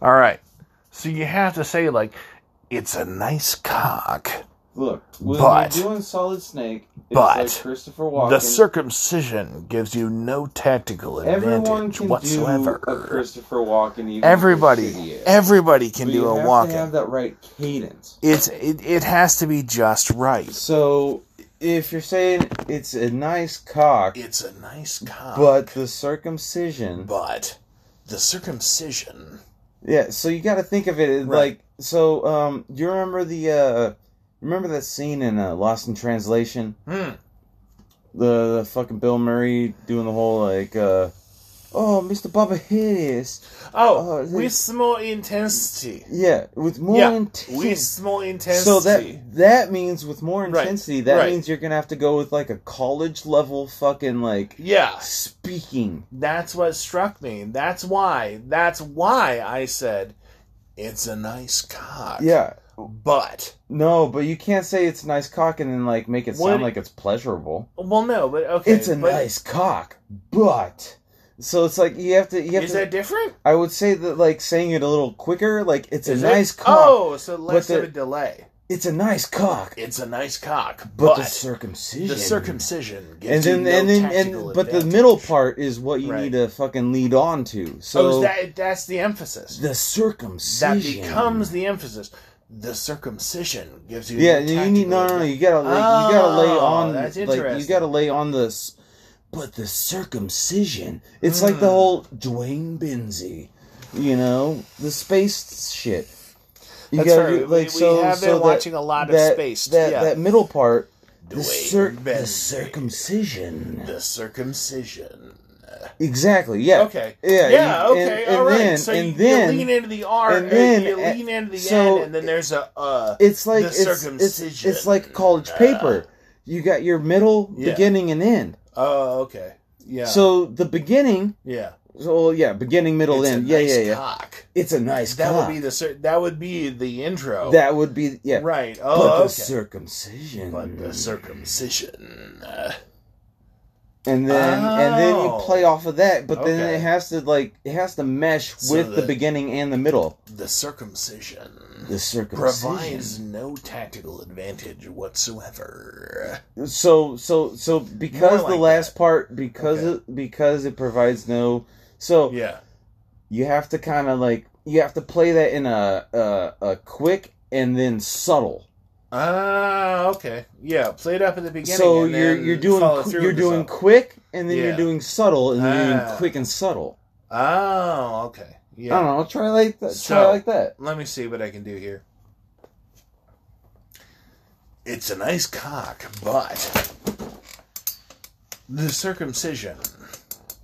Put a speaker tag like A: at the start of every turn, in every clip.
A: All right. So you have to say like, it's a nice cock.
B: Look, when
A: But-
B: you're doing Solid Snake, it's
A: but
B: like Christopher Walken.
A: The circumcision gives you no tactical
B: Everyone
A: advantage
B: can
A: whatsoever.
B: do a Christopher Walken. Even if they're shitty
A: everybody,
B: at it.
A: everybody can
B: But
A: do
B: you
A: a
B: have
A: walking.
B: To have that right cadence.
A: It's it, it has to be just right.
B: So if you're saying it's a nice cock,
A: It's a nice cock,
B: but the circumcision,
A: but the circumcision.
B: yeah. So you got to think of it
A: Right.
B: like so. Um, you remember the uh, remember that scene in uh, Lost in Translation,
A: Hmm.
B: the, the fucking Bill Murray doing the whole like, uh, oh, Mr. Baba Hideous,
A: Oh,
B: Oh, is it-
A: with more intensity.
B: yeah, with more
A: Yeah,
B: intensity.
A: With more intensity.
B: So that that means with more
A: Right,
B: intensity, that
A: right.
B: means you're gonna have to go with like a college level fucking like
A: yeah,
B: speaking.
A: that's what struck me. That's why. That's why I said it's a nice cock.
B: Yeah.
A: but
B: No, but you can't say it's nice cock and then like make it
A: What-
B: sound like it's pleasurable.
A: well, no, but okay.
B: it's a
A: but
B: nice cock, but so it's like you have to you have
A: Is
B: to.
A: that different?
B: I would say that like saying it a little quicker, like it's
A: Is
B: a
A: it-
B: nice cock.
A: Oh, so less
B: the-
A: of a delay.
B: It's a nice cock,
A: It's a nice cock, but,
B: but, the circumcision.
A: the circumcision
B: And
A: gives
B: then,
A: you no
B: and then,
A: tactical
B: and but the
A: advantage.
B: middle part is what you
A: Right.
B: need to fucking lead on to. So
A: So Oh, is that that's the emphasis.
B: the
A: That
B: circumcision
A: becomes the emphasis. The circumcision gives you
B: yeah
A: no
B: you need
A: tactical
B: no no no
A: advantage.
B: you gotta like, you gotta lay
A: Oh,
B: on
A: that's
B: like you
A: interesting.
B: gotta lay on this but the circumcision it's like
A: Hmm.
B: the whole Dwayne Benzie you know the space shit you
A: That's right.
B: do-
A: We- we have been
B: that-
A: watching a lot of
B: that,
A: space,
B: that
A: yeah.
B: that middle part the,
A: Dwayne
B: cir- the
A: Benzie.
B: circumcision
A: The circumcision.
B: exactly yeah
A: Okay.
B: yeah
A: Yeah.
B: you-
A: okay.
B: and, and
A: all right.
B: then,
A: so you,
B: and then
A: you lean into the R,
B: and
A: and
B: then,
A: you
B: uh,
A: lean into the
B: so
A: N, and then there's a uh.
B: it's like
A: The
B: it's, it's it's
A: circumcision.
B: like college paper you got your middle
A: Yeah.
B: beginning and end
A: Oh, okay. Yeah.
B: So the beginning,
A: yeah.
B: so yeah, beginning, middle,
A: It's a
B: end, yeah,
A: nice
B: yeah, yeah.
A: Cock.
B: It's a nice
A: That
B: cock.
A: would be the cer- that would be the intro.
B: that would be yeah.
A: right.
B: But
A: Oh,
B: the
A: okay.
B: circumcision,
A: but the circumcision. Uh,
B: and then and then you
A: Oh.
B: play off of that, but then
A: Okay.
B: it has to like it has to mesh
A: So
B: with the
A: the-
B: beginning and the middle.
A: the circumcision
B: The circumcision.
A: provides no tactical advantage whatsoever.
B: So so so because
A: More
B: the
A: like
B: last part because
A: Okay.
B: it because it provides no so
A: Yeah.
B: you have to kind of like you have to play that in a a, a quick and then subtle.
A: Ah, okay. Yeah, play it up at the beginning.
B: so
A: and
B: you're
A: then
B: you're doing
A: follow
B: qu-
A: through
B: you're
A: with the
B: doing
A: song.
B: quick and then you're
A: Yeah.
B: doing subtle and then you're
A: Ah.
B: doing quick and subtle.
A: Oh, okay. Yeah.
B: I don't know. Try like that. try
A: So-
B: like that.
A: Let me see what I can do here. It's a nice cock, but the circumcision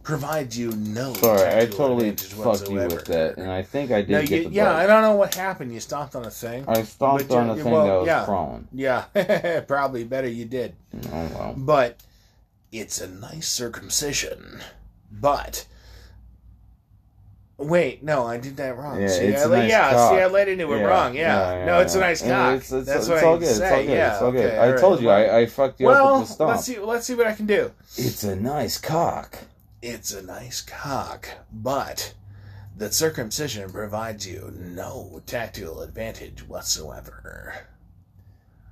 A: provides you no.
B: Sorry, I
A: tactical
B: totally
A: advantage
B: fucked you
A: whatsoever.
B: with that, and I think I did
A: No,
B: get
A: you,
B: the
A: yeah, I
B: bug.
A: don't know what happened. You stomped on a thing.
B: I, stomped
A: but
B: on
A: you-
B: a thing
A: well,
B: that was
A: yeah.
B: crawling.
A: yeah, probably better you did.
B: Oh well.
A: But it's a nice circumcision. But wait, no, I did that wrong.
B: Yeah,
A: see,
B: it's
A: I
B: a
A: let-
B: nice
A: yeah,
B: cock.
A: see, I led into it
B: Yeah,
A: wrong. Yeah.
B: yeah,
A: no,
B: yeah,
A: it's a
B: yeah.
A: nice
B: And
A: cock.
B: It's, it's,
A: That's
B: it's
A: what I
B: all
A: can say.
B: good. It's all good.
A: Yeah,
B: it's all good.
A: okay,
B: I
A: all
B: told
A: right,
B: you, I, I fucked you up
A: Well,
B: with the stomp.
A: let's see. Let's see what I can do.
B: It's a nice cock.
A: It's a nice cock, but the circumcision provides you no tactical advantage whatsoever.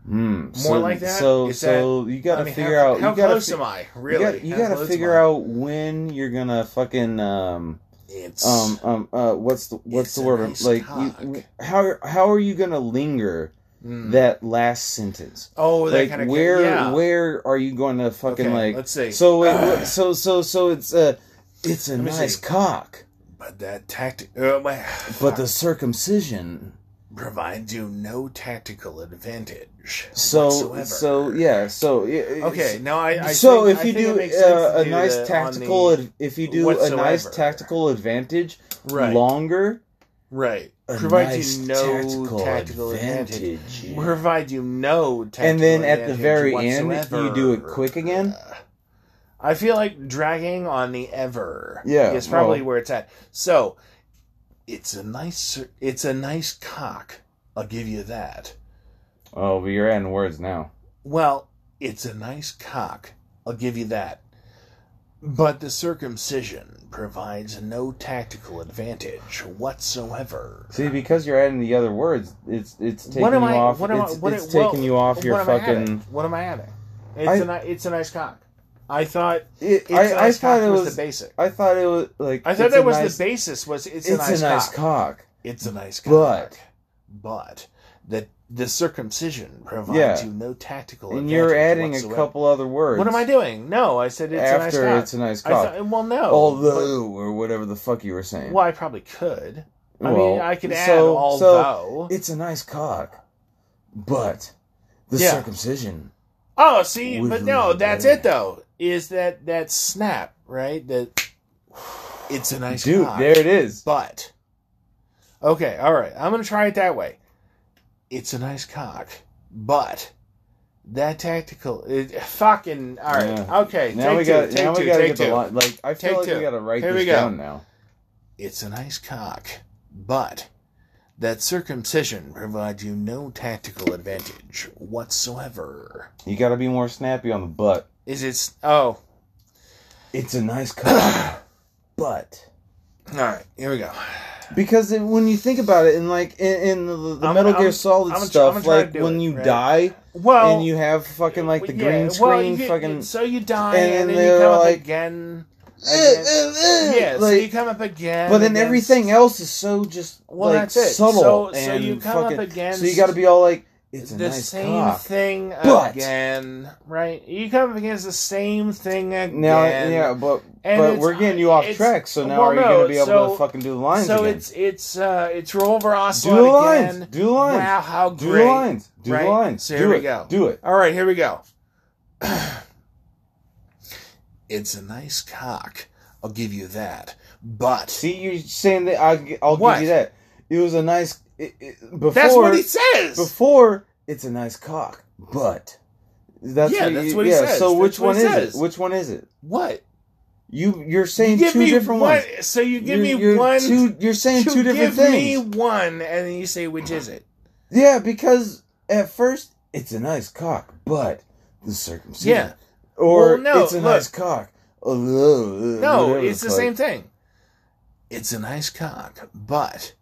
B: Hmm. so,
A: like that?
B: So
A: Is
B: so you got to
A: I mean,
B: figure
A: how,
B: out.
A: how
B: you gotta
A: close
B: fi-
A: am I?
B: you
A: Really,
B: gotta- You
A: How
B: got to
A: close
B: figure
A: am I?
B: out when you're gonna fucking um.
A: It's
B: um um uh what's the what's
A: It's
B: the
A: a
B: word
A: nice
B: like
A: cock.
B: you, how how are you gonna linger
A: mm.
B: that last sentence
A: Oh, that
B: like
A: kind of
B: where
A: yeah.
B: where are you going to fucking
A: Okay,
B: like
A: let's see.
B: so wait, what- so so so it's a it's a
A: Let me
B: nice
A: see.
B: cock
A: But that tactic, uh, my,
B: but the circumcision
A: provides you no tactical advantage.
B: so
A: whatsoever.
B: so yeah so it- it's-
A: okay. Now I, I
B: so
A: think-
B: if
A: I
B: you
A: think it
B: do,
A: makes sense
B: uh,
A: to
B: a
A: do
B: nice
A: the- on
B: tactical
A: the,
B: ad- if you do a nice
A: whatsoever.
B: tactical advantage
A: Right.
B: longer
A: right
B: a
A: provides
B: nice
A: you no tactical, advantage.
B: yeah.
A: Provides you no tactical
B: and then at the
A: advantage
B: very end
A: whatsoever.
B: you do it quick again
A: I feel like dragging on the ever.
B: Yeah,
A: is probably
B: well-
A: where it's at. So, it's a nice, it's a nice cock. I'll give you that.
B: oh but you're adding words now
A: Well, it's a nice cock. I'll give you that. But the circumcision provides no tactical advantage whatsoever.
B: See, because you're adding the other words, it's it's taking
A: what am
B: you
A: I?
B: off.
A: what am
B: it's
A: I? What
B: it's
A: well,
B: taking you off your
A: what am I
B: fucking.
A: adding? What am I adding?
B: I-
A: It's a ni- it's a nice cock. I thought
B: It,
A: it's a
B: I, I
A: nice
B: thought
A: cock
B: it
A: was,
B: was.
A: the basic.
B: I thought it was like.
A: I thought
B: it's
A: that
B: a
A: was
B: nice-
A: the basis. Was it's,
B: It's
A: a nice, cock.
B: cock.
A: It's a nice cock.
B: But-
A: but the the circumcision provides
B: Yeah.
A: you no tactical.
B: and you're
A: advantage
B: adding a
A: whatsoever.
B: couple other words.
A: What am I doing? No, I said it's
B: after
A: a nice cock.
B: it's a nice
A: I
B: cock?
A: thought- oh. well, no.
B: Although or whatever the fuck you were
A: but-
B: saying.
A: well, I probably could. I mean,
B: Well,
A: I could add
B: so- So
A: although.
B: it's a nice cock, but the
A: Yeah.
B: circumcision.
A: oh, see,
B: Would
A: but
B: you
A: no,
B: like
A: that's
B: that?
A: it though. Is that that snap right? That it's a nice
B: Dude,
A: cock.
B: there it is.
A: But okay, all right. I'm gonna try it that way. It's a nice cock, but that tactical it, fucking all right.
B: Yeah.
A: Okay,
B: Now
A: take
B: we got.
A: two. Take
B: Now
A: two.
B: we got to
A: take
B: get
A: two.
B: the line. Like I feel
A: Take
B: like
A: two.
B: we got to write
A: Here
B: this
A: we go.
B: down now.
A: It's a nice cock, but that circumcision provides you no tactical advantage whatsoever.
B: You got to be more snappy on the butt.
A: Is it? s- Oh,
B: It's a nice cock, but
A: all right. Here we go.
B: because it, when you think about it, and like in, in the, the
A: I'm-
B: Metal
A: I'm-
B: Gear Solid
A: I'm gonna tr- I'm
B: stuff,
A: gonna try to
B: like
A: do
B: when
A: it,
B: you
A: right?
B: die
A: Well,
B: and you have fucking like the
A: yeah,
B: green
A: well,
B: screen,
A: you get-
B: fucking.
A: So you die,
B: and
A: and, then
B: they're
A: you come
B: like-
A: up again.
B: Eh,
A: again.
B: eh, eh,
A: Yeah, so
B: like-
A: you come up again.
B: But then
A: against-
B: everything else is so just
A: Well,
B: like
A: that's it.
B: subtle
A: So- so
B: and
A: you come up
B: fucking. so you
A: against
B: got to be all like, it's a
A: the
B: nice
A: same
B: cock.
A: thing
B: But-
A: again, right? You come up against the same thing again.
B: Now, yeah, but
A: And
B: but
A: it's-
B: we're getting you off
A: it's-
B: track. So now
A: well,
B: are you
A: no,
B: going to be able
A: so-
B: to fucking do the lines
A: so
B: again?
A: it's it's uh it's roll over
B: do the
A: Ocelot
B: lines.
A: again.
B: Do the lines.
A: Wow, how
B: do
A: great!
B: the lines. Do
A: right?
B: the lines.
A: So
B: do
A: here we
B: it.
A: go.
B: Do it.
A: All right, here we go. it's a nice cock. I'll give you that. But
B: See, you're saying that I'll, gi- I'll
A: What?
B: give you that. It was a nice. It, it, before,
A: that's what he says.
B: Before, it's a nice cock, but that's
A: Yeah,
B: what
A: that's
B: you-
A: what he
B: yeah.
A: says.
B: So
A: That's
B: which
A: what
B: one
A: he
B: is
A: says.
B: it? Which one is it?
A: what?
B: You you're saying
A: give
B: two
A: me
B: different
A: one.
B: ones.
A: So you give
B: You're-
A: me
B: you're
A: one.
B: Two, you're saying
A: you
B: two
A: give
B: different things.
A: me one, and then you say which is it.
B: Yeah, because at first it's a nice cock, but the circumcision.
A: Yeah.
B: Or
A: Well, no,
B: it's a
A: look.
B: nice cock. Oh,
A: No,
B: no,
A: it's the same thing. It's a nice cock, but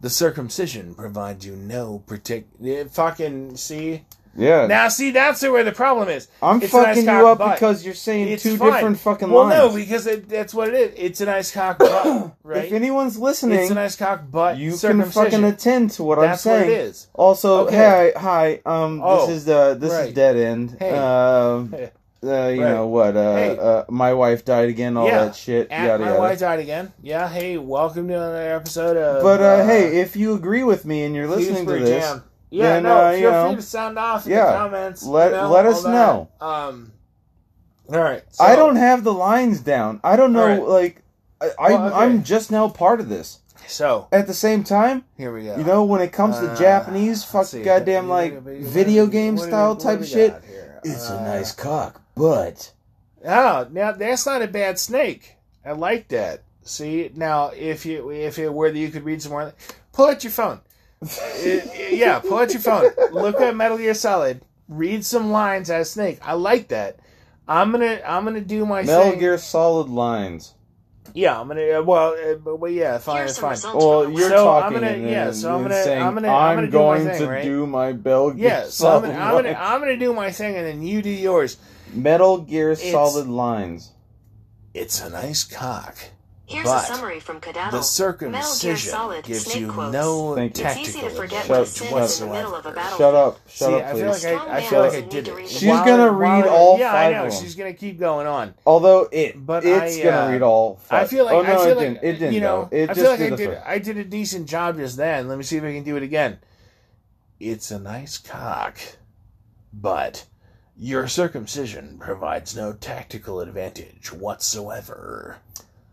A: the circumcision provides you no particular. Fucking see
B: Yeah,
A: now, see that's where the problem is.
B: I'm
A: it's a nice
B: fucking
A: cock,
B: you up
A: but
B: because you're saying
A: It's
B: two
A: fine.
B: different fucking
A: well,
B: lines.
A: no, because it, that's what it is. It's a nice cock, but right.
B: If anyone's listening,
A: it's a nice cock, but
B: you can
A: circumcision.
B: fucking attend to what
A: that's
B: I'm
A: what
B: saying.
A: it is.
B: Also,
A: Okay.
B: hey, hi, um,
A: Oh,
B: this is the this
A: right.
B: is dead end.
A: Hey.
B: Um,
A: Hey.
B: uh, you
A: Right.
B: know what? Uh,
A: Hey.
B: uh, my wife died again. All
A: Yeah.
B: that shit.
A: At
B: yada
A: my
B: yada.
A: wife died again. Yeah. Hey, welcome to another episode of.
B: But uh, hey, if you agree with me and you're listening to
A: Kingsbury
B: this,
A: Jam. Yeah,
B: then,
A: no,
B: uh,
A: feel
B: you know,
A: free to sound off in the
B: yeah,
A: comments. you
B: let-
A: know,
B: let
A: all
B: us
A: that.
B: know.
A: Um, all right. so-
B: I don't have the lines down. I don't know,
A: All right.
B: like, I, I,
A: Well, okay.
B: I'm just now part of this.
A: So
B: At the same time,
A: here we go.
B: you know, when it comes to
A: Uh,
B: Japanese
A: let's
B: fuck
A: see.
B: goddamn,
A: What do
B: like,
A: we- what do we-
B: video game
A: what do we-
B: style
A: what do
B: type
A: we
B: shit,
A: got here?
B: it's
A: Uh,
B: a nice cock, but.
A: Oh, now that's not a bad snake. I like that. See now, if you if it were that you could read some more, pull out your phone. Uh, yeah, pull out your phone. Look at Metal Gear Solid. Read some lines as Snake. I like that. I'm gonna I'm gonna do my
B: Metal
A: thing.
B: Gear Solid lines.
A: Yeah, I'm gonna. Uh, well, uh, but, but yeah, fine,
C: Here's
A: it's
C: the
A: fine.
C: results.
B: Well, you're
A: So, I'm
B: talking
A: gonna-
B: and,
A: yeah,
B: and-
A: so I'm
B: and
A: gonna-
B: saying,
A: I'm gonna- I'm gonna do my
B: going
A: thing,
B: to
A: right?"
B: do my Metal Gear
A: Yeah, so I'm
B: Solid
A: gonna, I'm gonna
B: lines.
A: I'm gonna do my thing, and then you do yours.
B: Metal Gear
A: It's-
B: Solid lines.
A: It's a nice cock.
C: Here's
A: But
C: a summary from
A: The
C: Cadaddle.
A: circumcision
C: Solid
A: gives
C: snake
A: you
C: quotes.
A: no
B: Thank you.
C: It's
A: tactical
C: easy to forget
B: Shut-
C: what
A: advantage
C: sins
B: shut-
C: in the middle of a battle.
B: Shut up. Shut
A: See,
B: up,
A: I
B: please.
A: feel like I, I
C: Strong
A: feel
C: man
A: like I
C: doesn't
A: did
C: need to
A: it.
C: read the
B: She's gonna read
A: while-
B: all
A: Yeah,
B: five
A: I know.
B: of them.
A: She's gonna keep going on.
B: Although it,
A: But
B: it's
A: I, uh,
B: gonna read all.
A: I
B: five.
A: feel like
B: oh no,
A: I feel
B: it
A: like
B: didn't. It didn't.
A: you know.
B: though. it
A: I
B: just
A: feel like
B: did
A: I
B: the
A: did.
B: first.
A: I did a decent job just then. Let me see if I can do it again. It's a nice cock, but your circumcision provides no tactical advantage whatsoever.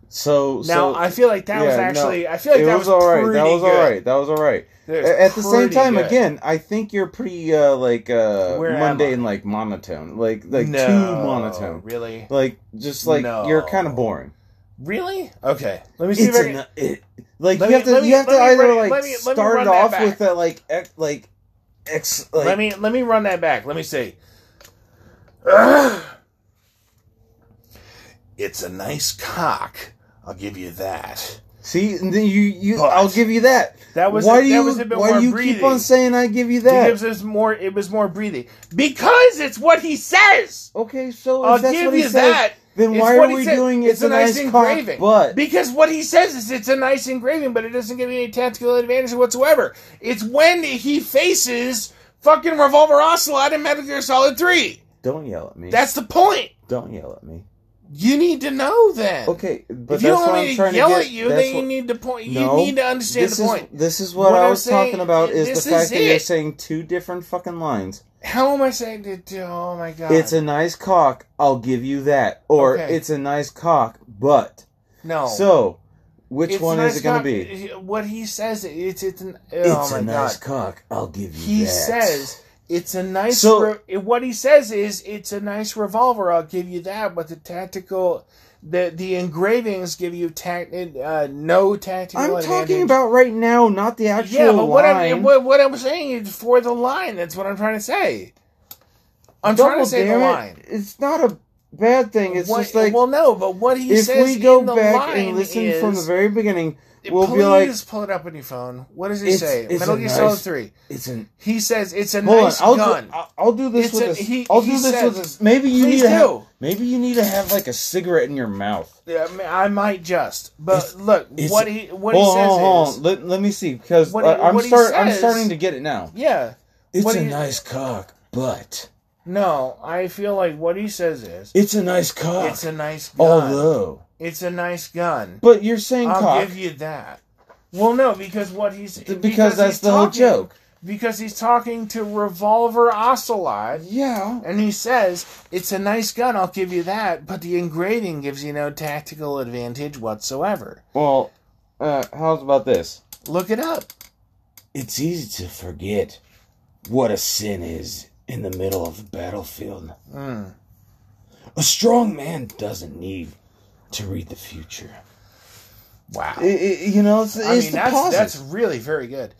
B: So
A: Now
B: so,
A: I feel like that was
B: yeah, no,
A: actually. I feel like
B: it
A: that
B: was, all right.
A: pretty
B: That was
A: good.
B: all right. That was all right.
A: That was
B: A- At the same
A: pretty
B: time,
A: good.
B: again, I think you're pretty uh like uh
A: Where am
B: mundane, like monotone, like like
A: No,
B: too monotone,
A: Really,
B: like just like
A: No.
B: you're kind of boring.
A: really? Okay, let me see
B: It's
A: if I can.
B: an, it, like
A: Let
B: you
A: me-
B: have to
A: let me-
B: you have to
A: let me
B: either
A: run-
B: like
A: let me- let me
B: start
A: run
B: it
A: that
B: off
A: back.
B: with that like ex, like ex like
A: let me let me run that back. Let me see. It's a nice cock. I'll give you that.
B: See, and then you, you
A: But-
B: I'll give you that.
A: That was
B: why
A: a,
B: do
A: that
B: you
A: was a bit
B: why
A: more
B: do you
A: breathing.
B: keep on saying I give you that?
A: Because it's more it was more breathing. Because it's what he says.
B: okay, so if
A: I'll
B: that's
A: give
B: Oh, what
A: you
B: he says,
A: that.
B: then
A: It's
B: why
A: what
B: are
A: he
B: we
A: said.
B: doing it's, a nice cock butt?
A: Because what he says is it's a nice engraving, but it doesn't give you any tactical advantage whatsoever. It's when he faces fucking Revolver Ocelot in Metal Gear Solid 3.
B: Don't yell at me.
A: That's the point.
B: Don't yell at me.
A: You need to know that.
B: Okay, but
A: if you
B: that's
A: don't
B: what
A: want
B: I'm
A: me
B: trying
A: to yell
B: to get.
A: at you,
B: that's
A: then you
B: what-
A: need to point.
B: No,
A: you need to understand
B: this
A: the
B: is
A: point.
B: this is what,
A: What
B: I
A: I'm
B: was
A: saying-
B: talking about is
A: this
B: the fact
A: is
B: that you're
A: it.
B: saying two different fucking lines.
A: How am I saying to? do- Oh my god!
B: It's a nice cock, I'll give you that, or
A: Okay.
B: it's a nice cock, but
A: no.
B: so which
A: It's
B: one
A: nice
B: is it going
A: cock-
B: to be?
A: What he says, it's it's an. Oh
B: It's
A: my
B: a nice
A: god!
B: cock, I'll give you
A: He
B: that.
A: says it's a nice.
B: So-
A: re- it- what he says is it's a nice revolver. I'll give you that, but the tactical, the the engravings give you tac- uh, no tactical.
B: I'm talking
A: advantage.
B: about right now, not the actual
A: Yeah, but what
B: line.
A: I'm what, what I'm saying is for the line. That's what I'm trying to say. I'm
B: Double
A: trying to say the
B: damn it,
A: line.
B: It's not a bad thing. It's
A: What-
B: just like
A: well, no, but what he
B: if
A: says
B: we go
A: in the
B: back
A: line
B: and listen
A: is,
B: from the very beginning, we'll
A: please
B: be like,
A: pull it up on your phone. What does he
B: It's-
A: say?
B: it's
A: Metal
B: a
A: Gear Solid
B: nice-
A: Three.
B: it's an
A: He says it's a
B: Hold
A: nice
B: on, I'll
A: gun.
B: do. I'll, I'll do this
A: It's
B: with
A: a-
B: this.
A: he-
B: I'll
A: he
B: do this
A: said-
B: with this. Maybe you need
A: Please
B: to. Have,
A: do.
B: maybe you need to have like a cigarette in your mouth.
A: Yeah, I mean, I might just, but
B: It's-
A: look
B: it's-
A: what he what
B: hold
A: he
B: on,
A: says
B: hold
A: is
B: on. Let, let me see because
A: What he-
B: I'm
A: what he
B: start. I'm
A: says-
B: starting to get it now.
A: yeah.
B: It's
A: What
B: a
A: he-
B: nice cock, but
A: No, I feel like what he says is
B: it's a nice cock.
A: it's a nice gun.
B: although,
A: it's a nice gun.
B: but you're saying
A: I'll
B: cock
A: give you that. Well, no, because what he's
B: th- because,
A: he's
B: that's the whole
A: talking-
B: joke.
A: Because he's talking to Revolver Ocelot,
B: Yeah.
A: and he says, "It's a nice gun, I'll give you that, but the engraving gives you no tactical advantage whatsoever."
B: Well, uh, how's about this?
A: Look it up.
B: It's easy to forget what a sin is in the middle of the battlefield.
A: Mm.
B: A strong man doesn't need to read the future.
A: Wow.
B: you know, it's,
A: I
B: it's
A: mean,
B: the
A: that's
B: pauses.
A: that's really very good.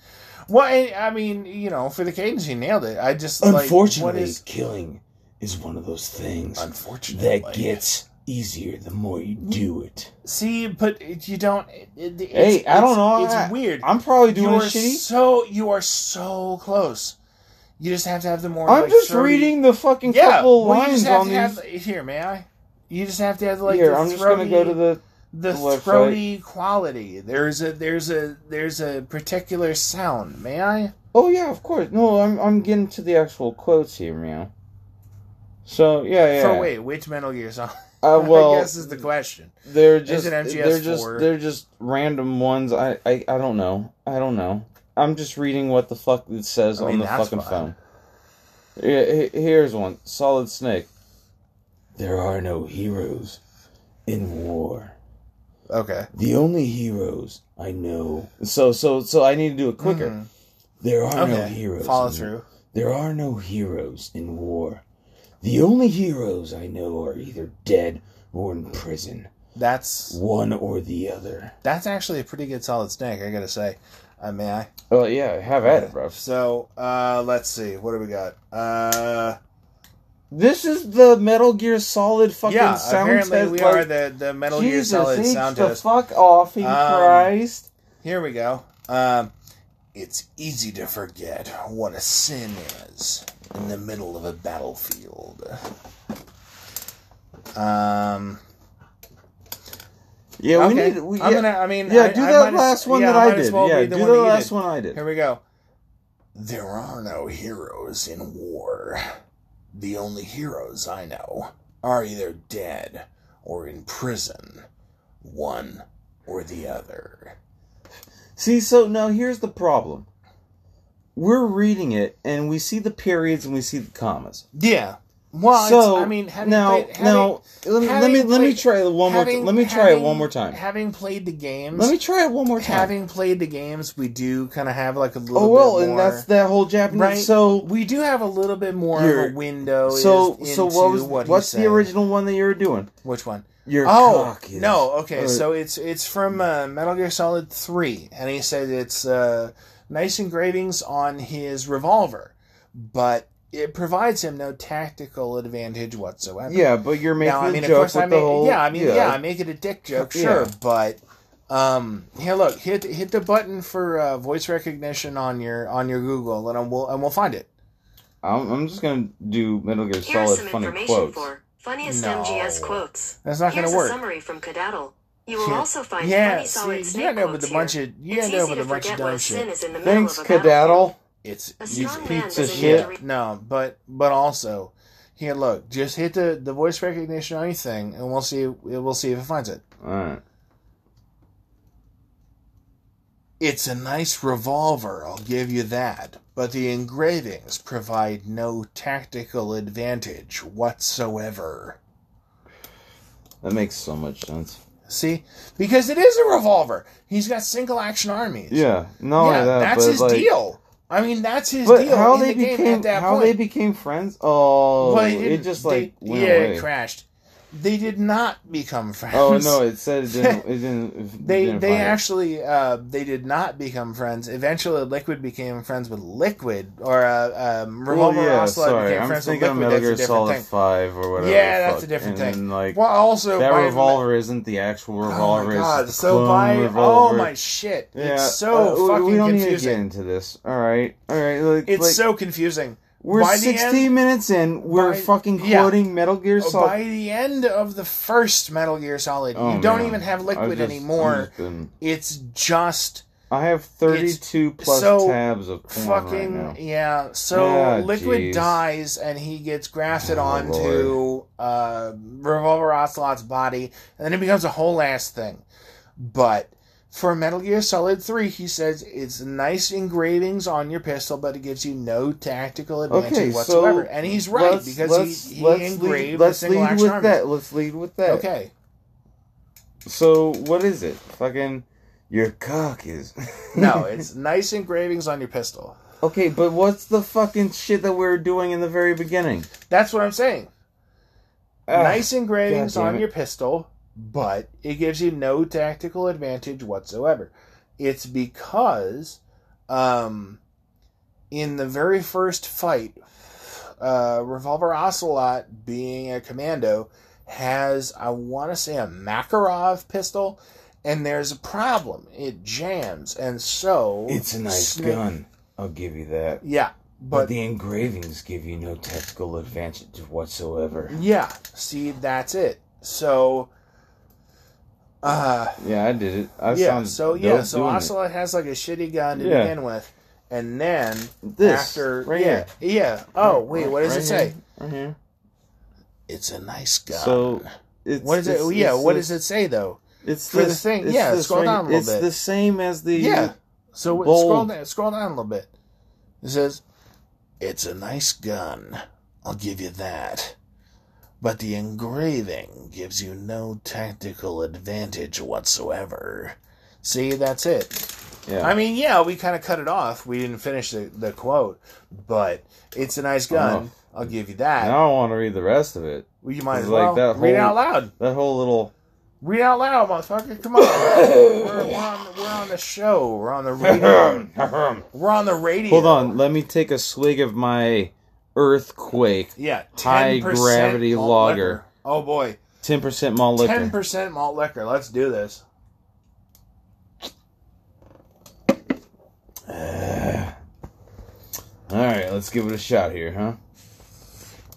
A: Well, I, I mean, you know, for the cadence, he nailed it. I just like,
B: unfortunately,
A: what is
B: killing is one of those things
A: unfortunately
B: that gets easier the more you do it.
A: see, but it- you don't. It, it, it's,
B: Hey, I don't
A: it's-
B: know.
A: It's
B: I-
A: weird.
B: I'm probably
A: you
B: doing
A: are
B: shitty.
A: so you are so close. You just have to have the more.
B: I'm
A: like,
B: just
A: 30
B: reading the fucking
A: Yeah,
B: couple
A: well, you
B: lines
A: just have
B: on
A: to
B: these.
A: have, Here, may I? You just have to have like.
B: Here,
A: the
B: I'm just gonna go to
A: throaty-
B: the.
A: the
B: website.
A: throaty quality. There's a there's a there's a particular sound. May I?
B: Oh yeah, of course. No, I'm I'm getting to the actual quotes here, meow. So yeah, yeah.
A: So wait, which Metal Gear song?
B: Uh, well,
A: I guess is the question.
B: They're
A: Is
B: just
A: it
B: they're just
A: MGS4?
B: they're just random ones. I, I I don't know. I don't know. I'm just reading what the fuck it says
A: I mean,
B: on the
A: that's
B: fucking
A: fine.
B: phone. Yeah, he- here's one. Solid Snake. There are no heroes in war.
A: Okay.
B: The only heroes I know. So so so I need to do it quicker.
A: Mhm.
B: There are no
A: Okay.
B: heroes.
A: Follow
B: in-
A: through.
B: There are no heroes in war. The only heroes I know are either dead or in prison.
A: That's
B: One or the other.
A: that's actually a pretty good solid snake. I gotta say. Uh, may I?
B: Oh yeah, have at it, bro.
A: So uh, let's see. What do we got? Uh,
B: This is the Metal Gear Solid fucking
A: yeah.
B: sound
A: Apparently
B: test.
A: we
B: like,
A: are the the Metal
B: Jesus,
A: Gear Solid
B: eats
A: sound
B: the
A: test.
B: fuck off, he
A: Um,
B: Christ.
A: Here we go. Um, it's easy to forget what a sin is in the middle of a battlefield. Um.
B: Yeah, we
A: okay.
B: need. We, yeah,
A: I'm gonna. I mean.
B: yeah,
A: I-
B: do
A: I
B: that
A: might as-
B: last one
A: yeah,
B: that
A: I
B: I
A: might as
B: did.
A: well
B: yeah,
A: read the
B: do
A: one
B: the
A: that you
B: last
A: did.
B: one I did.
A: Here we go. There are no heroes in war. The only heroes I know are either dead or in prison, one or the other.
B: See, so now here's the problem. We're reading it, and we see the periods, and we see the commas.
A: Yeah. Well,
B: so
A: it's, I mean, having
B: now,
A: played, having,
B: now, let me let
A: having
B: me, let me
A: played-
B: try it one more.
A: having-
B: Let me try it one
A: having-
B: more time.
A: Having played the games,
B: Let me try it one more time.
A: having played the games, we do kind of have like a little.
B: oh well,
A: bit
B: and
A: more,
B: that's that whole Japanese.
A: Right.
B: So
A: we do have a little bit more
B: You're-
A: of a window.
B: so
A: is,
B: so
A: into
B: what was
A: what he's
B: what's the
A: saying.
B: original one that you were doing?
A: Which one?
B: Your
A: Oh
B: cock is-
A: no! Okay,
B: or-
A: so it's it's from uh, Metal Gear Solid Three, and he said it's uh, nice engravings on his revolver, but it provides him no tactical advantage whatsoever.
B: Yeah, but you're making
A: now, I mean, of
B: a joke
A: course,
B: with
A: I
B: the
A: mean,
B: whole.
A: yeah, I mean, yeah. I make it a dick joke, sure,
B: Yeah.
A: but um, here, look, hit hit the button for uh, voice recognition on your on your Google, and we'll and we'll find it.
B: I'm, I'm just gonna do Metal Gear
C: Here are
B: Solid
C: some
B: funny
C: information
B: quotes.
C: for funniest
A: No.
C: MGS quotes.
A: That's not going
C: Here's
A: to
C: a
A: work.
C: summary from Cadaddle. You will
A: Yeah.
C: also find
A: yeah,
C: funny solid
A: see,
C: snake
A: you end up
C: quotes
A: with a
C: here.
A: bunch of you
C: it's
A: end up
C: easy
A: with a
C: to
A: bunch of
C: forget
A: dumb
C: where
A: shit.
C: sin is in the middle
B: Thanks,
C: of a battle.
B: Cadaddle.
A: It's
C: A
A: you
C: strong man
B: piece of
C: doesn't need
B: shit.
C: to read
A: no, but but also here, look, just hit the the voice recognition on your thing, and we'll see we'll see if it finds it.
B: Alright.
A: It's a nice revolver, I'll give you that, but the engravings provide no tactical advantage whatsoever.
B: That makes so much sense.
A: See? Because it is a revolver. He's got single action armies.
B: Yeah, no,
A: Yeah,
B: that,
A: that's
B: but
A: his
B: like,
A: deal. I mean, that's his
B: But
A: deal
B: how
A: in
B: they
A: the game
B: became
A: at that
B: how
A: point.
B: they became friends? Oh,
A: Well, he
B: it
A: didn't-
B: just
A: they-
B: like went
A: yeah,
B: away.
A: it crashed. They did not become friends.
B: Oh no, it said it didn't. It didn't it
A: they
B: didn't
A: they
B: find it.
A: actually uh, they did not become friends. Eventually, Liquid became friends with Liquid, or uh, um,
B: Well,
A: Revolver
B: yeah,
A: Ocelot
B: sorry,
A: became
B: I'm
A: friends with
B: thinking
A: Liquid.
B: of Metal
A: That's a
B: Gear
A: different
B: Solid
A: thing.
B: Five or whatever.
A: Yeah,
B: the
A: that's
B: fuck.
A: a different
B: and
A: thing.
B: Then, like
A: Well, also
B: that
A: by-
B: revolver isn't the actual
A: Oh my
B: revolver. it's
A: God,
B: the
A: so
B: clone
A: by
B: revolver.
A: oh my shit,
B: Yeah,
A: it's so
B: uh, we-
A: fucking
B: we don't need to
A: confusing.
B: get into this. All right, all right. Like,
A: It's
B: like,
A: so confusing.
B: we're
A: by the
B: 16
A: end-
B: minutes in. We're
A: by-
B: fucking
A: yeah. Oh,
B: quoting Metal Gear Solid.
A: By the end of the first Metal Gear Solid,
B: Oh,
A: you don't
B: man.
A: even have
B: I've
A: Liquid
B: just-
A: anymore.
B: I've just been-
A: It's just
B: I have 32 plus
A: so
B: tabs of porn
A: fucking
B: right now.
A: yeah. So
B: Yeah,
A: Liquid
B: jeez.
A: dies and he gets grafted
B: Oh,
A: onto uh, Revolver Ocelot's body, and then it becomes a whole ass thing. But for Metal Gear Solid Three, he says it's nice engravings on your pistol, but it gives you no tactical advantage
B: Okay, so
A: whatsoever. and he's right
B: let's-
A: because
B: let's-
A: he, he
B: let's
A: engraved
B: lead,
A: the
B: let's
A: single
B: lead
A: action
B: with
A: armies.
B: that. Let's lead with that.
A: Okay.
B: So what is it? Fucking your cock is
A: No, it's nice engravings on your pistol.
B: okay, but what's the fucking shit that we were doing in the very beginning?
A: That's what I'm saying.
B: Ah,
A: nice engravings
B: God damn
A: on
B: it.
A: your pistol, but it gives you no tactical advantage whatsoever. It's because um, in the very first fight, uh, Revolver Ocelot, being a commando, has, I want to say, a Makarov pistol, and there's a problem. It jams, and so.
B: It's a nice
A: Snake-
B: gun. I'll give you that.
A: Yeah,
B: But,
A: but.
B: the engravings give you no tactical advantage whatsoever.
A: yeah, see, that's it. So. Uh,
B: Yeah, I did it. I
A: yeah,
B: sound
A: so
B: dope
A: yeah, so
B: doing it.
A: Ocelot has like a shitty gun to
B: Yeah.
A: begin with, and then
B: This,
A: after
B: right
A: yeah
B: here.
A: yeah oh
B: Right-
A: wait what does
B: right
A: it
B: here,
A: say?
B: Right here.
A: It's a nice gun.
B: So it's
A: what is it? Oh,
B: it's-
A: yeah,
B: it's
A: what
B: the-
A: does it say though?
B: It's
A: For the thing- yeah,
B: this
A: scroll
B: right-
A: down a little
B: it's
A: bit.
B: the same as the
A: Yeah. So what- scroll
B: bold.
A: down, scroll down a little bit. It says, "It's a nice gun. I'll give you that." But the engraving gives you no tactical advantage whatsoever. See, that's it.
B: Yeah.
A: I mean, yeah, we kind of cut it off. We didn't finish the, the quote, but it's a nice
B: Oh.
A: gun. I'll give you that.
B: now I want to read the rest of it.
A: Well, you might
B: It's
A: as well
B: like that
A: read it
B: whole-
A: out loud.
B: That whole little
A: Read out loud, motherfucker. Come on. we're, we're on, we're on the show. We're on the radio.
B: Hold
A: we're on the radio.
B: on, let me take a swig of my earthquake
A: Yeah. 10%
B: High gravity
A: malt
B: lager.
A: liquor. Oh, boy.
B: 10% malt liquor.
A: 10% malt liquor. Let's do this.
B: All right, let's give it a shot here, huh?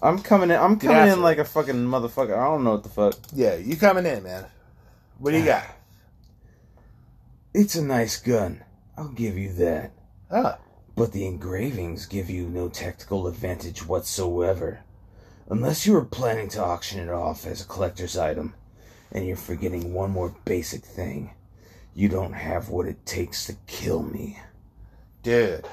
B: I'm coming in. I'm coming
A: after
B: in
A: it.
B: like a fucking motherfucker. I don't know what the fuck.
A: Yeah, you coming in, man. What do you got?
B: It's a nice gun. I'll give you that.
A: Ah,
B: But the engravings give you no tactical advantage whatsoever. Unless you were planning to auction it off as a collector's item, and you're forgetting one more basic thing. You don't have what it takes to kill me.
A: dude.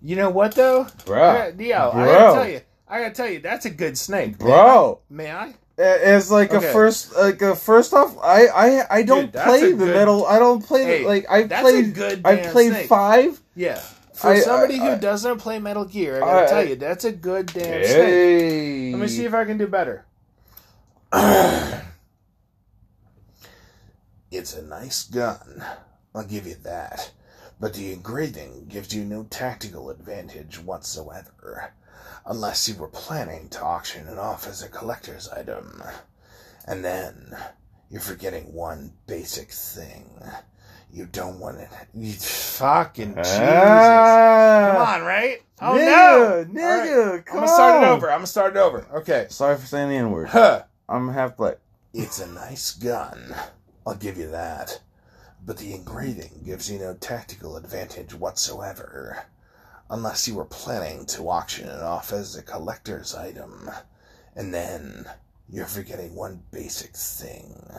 A: You know what, though?
B: Bro.
A: Dio, I
B: Ah. Bro.
A: gotta tell you. I gotta tell you, that's a good snake. man.
B: Bro!
A: May I?
B: As like
A: Okay.
B: a first, like a first off, I I I don't
A: Dude, that's
B: play
A: a
B: the
A: good-
B: metal. I don't play
A: Hey,
B: the like I
A: that's a
B: played.
A: good
B: I
A: damn
B: played
A: snake.
B: five.
A: Yeah. For
B: I-
A: somebody
B: I-
A: who doesn't play Metal Gear, I gotta
B: I-
A: tell you, that's a good damn snake.
B: Hey.
A: Let me see if I can do better. it's a nice gun. I'll give you that. But the engraving gives you no tactical advantage whatsoever. unless you were planning to auction it off as a collector's item. And then you're forgetting one basic thing. You don't want it. You fucking Jesus. Come on, right? Oh no!
B: Ah. nigga,
A: All right.
B: nigga,
A: I'm
B: come
A: gonna start it
B: on.
A: over. I'm gonna start it over. Okay.
B: Sorry for saying the N word.
A: Huh.
B: I'm half black.
A: It's a nice gun. I'll give you that. But the engraving gives you no tactical advantage whatsoever. Unless you were planning to auction it off as a collector's item. And then you're forgetting one basic thing.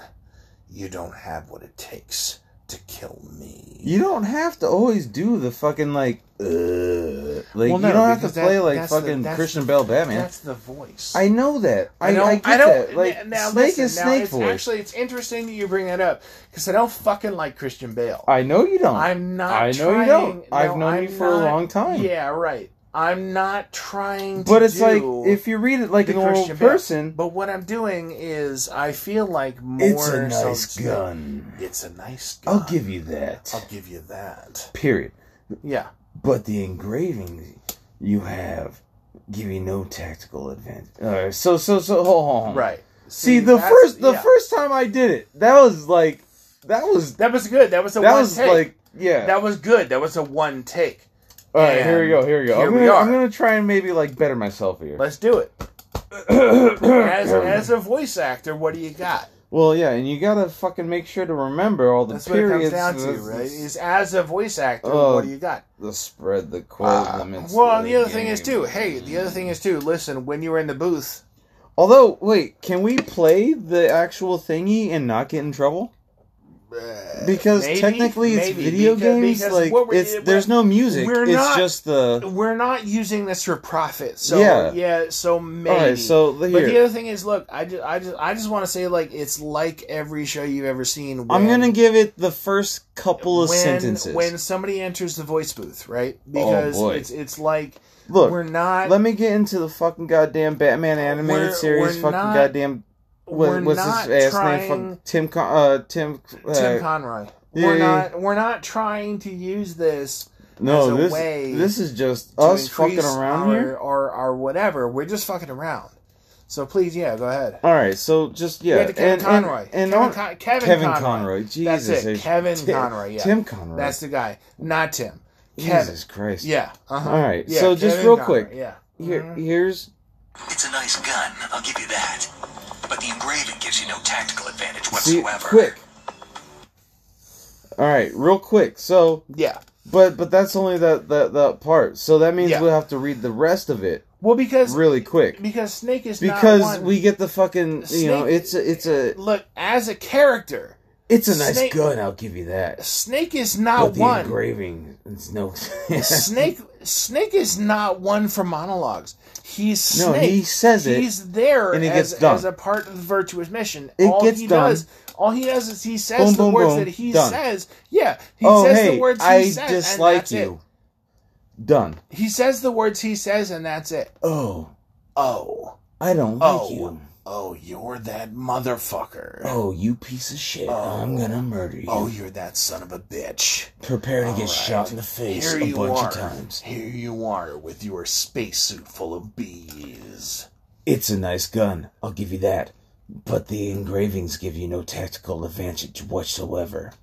A: You don't have what it takes to kill me.
B: You don't have to always do the fucking like, uh, like
A: Well,
B: you
A: no,
B: don't have to
A: because that-
B: play like
A: that's the-
B: fucking
A: that's
B: Christian
A: the-
B: Bell Batman.
A: That's the voice.
B: I know that. I, I, get that. Like
A: n- now
B: Snake
A: listen,
B: is
A: now
B: Snake
A: it's
B: voice.
A: Actually, it's interesting that you bring that up because I don't fucking like Christian Bale.
B: I know you don't.
A: I'm not.
B: I know you
A: trying-
B: don't. I've known
A: I'm
B: you for a
A: not-
B: long time.
A: Yeah, right. I'm not trying. to
B: but it's like
A: do
B: if you read it like
A: the
B: a normal
A: Christian Bale.
B: person,
A: But what I'm doing is, I feel like more.
B: it's a nice
A: something-
B: gun.
A: It's a nice gun.
B: I'll give you that.
A: I'll give you that.
B: Period.
A: Yeah.
B: But the engravings you have give you no tactical advantage. Uh, so so so hold on, hold on.
A: Right.
B: See, the
A: that's-
B: first the
A: yeah.
B: first time I did it, that was like that was
A: That was good. That was a
B: that
A: one
B: was
A: take.
B: like yeah.
A: That was good. That was a one take.
B: All right, here we go. Here we go.
A: Here
B: I'm
A: we
B: gonna
A: are.
B: I'm gonna try and maybe like better myself here.
A: Let's do it. As as a voice actor, what do you got?
B: well, yeah, and you gotta fucking make sure to remember all the
A: That's what it comes
B: periods.
A: down to,
B: the-
A: right? Is as a voice actor,
B: Oh,
A: what do you got?
B: the spread, the quote limits.
A: Well, and the other thing is too. Hey, the other thing is too. Listen, when you were in the booth,
B: Although, wait, can we play the actual thingy and not get in trouble?
A: uh,
B: Because
A: maybe-
B: technically, it's
A: maybe,
B: video
A: because-
B: games.
A: because
B: like,
A: what we're-
B: it's there's no music.
A: we're
B: it's
A: not-
B: just the.
A: We're not using this for profit, so
B: Yeah.
A: yeah, so maybe.
B: All right, so here
A: but the other thing is, look, I just, I just, I just want to say, like, it's like every show you've ever seen. When,
B: I'm gonna give it the first couple of
A: when,
B: sentences. Oh,
A: when somebody enters the voice booth, right? Because
B: boy.
A: it's it's like
B: Look,
A: we're not
B: let me get into the fucking goddamn Batman animated
A: We're-
B: series.
A: we're
B: fucking
A: not-
B: goddamn. What,
A: we're
B: what's
A: not
B: his ass
A: trying.
B: name? Fuck Tim. Con- uh, Tim. Uh,
A: Tim Conroy. We're
B: yeah, yeah.
A: not we're not trying to use this as
B: no,
A: a
B: this
A: way
B: this is just
A: to
B: us fucking
A: increase
B: around
A: our,
B: here.
A: or or whatever. We're just fucking around. So please, yeah, go ahead.
B: All right, so just yeah,
A: Yeah, to Kevin
B: and, and-
A: Conroy.
B: and
A: Kevin,
B: on-
A: Con- Kevin,
B: Kevin
A: Conroy.
B: Conroy. Jesus,
A: That's it.
B: it's-
A: Kevin
B: Tim-
A: Conroy. Yeah,
B: Tim Conroy.
A: that's the guy, not Tim. Kevin.
B: Jesus Christ.
A: Yeah. Mm-hmm. Uh-huh.
B: All right,
A: Yeah,
B: so just
A: Kevin
B: real
A: Conroy,
B: quick.
A: Yeah.
B: Here, here's
D: It's a nice gun, I'll give you that. But the engraving gives you no tactical advantage
B: see,
D: whatsoever.
B: quick. All right, real quick. So,
A: Yeah.
B: but but that's only that that that part. So that means
A: Yeah.
B: we'll have to read the rest of it
A: Well, because
B: really quick
A: because Snake is not
B: because
A: one-
B: we get the fucking you know
A: Snake-
B: it's a, it's a
A: look as a character.
B: it's a nice
A: Snake-
B: gun. I'll give you that.
A: Snake is
B: But
A: not
B: the
A: one.
B: engraving, it's no.
A: Snake Snake is not one for monologues. He's
B: No,
A: Snake.
B: he says it,
A: He's there
B: and it
A: as,
B: gets done.
A: as a part of the virtuous mission.
B: It
A: all
B: gets
A: he
B: done.
A: does all he does is he says
B: Boom,
A: the
B: boom,
A: words
B: boom,
A: that he
B: done.
A: says. Yeah. He
B: oh
A: says
B: hey,
A: the words he
B: I
A: says.
B: dislike
A: and that's
B: you. Done.
A: It. He says the words he says and that's it.
B: Oh,
A: Oh.
B: I don't
A: Oh.
B: like you.
A: Oh, you're that motherfucker.
B: Oh, you piece of shit! I'm gonna murder you.
A: Oh, you're that son of a bitch.
B: Prepare to
A: Alright.
B: get shot in the face
A: Here
B: a
A: you
B: bunch
A: are.
B: of times.
A: Here you are with your spacesuit full of bees.
B: It's a nice gun, I'll give you that. But the engravings give you no tactical advantage whatsoever.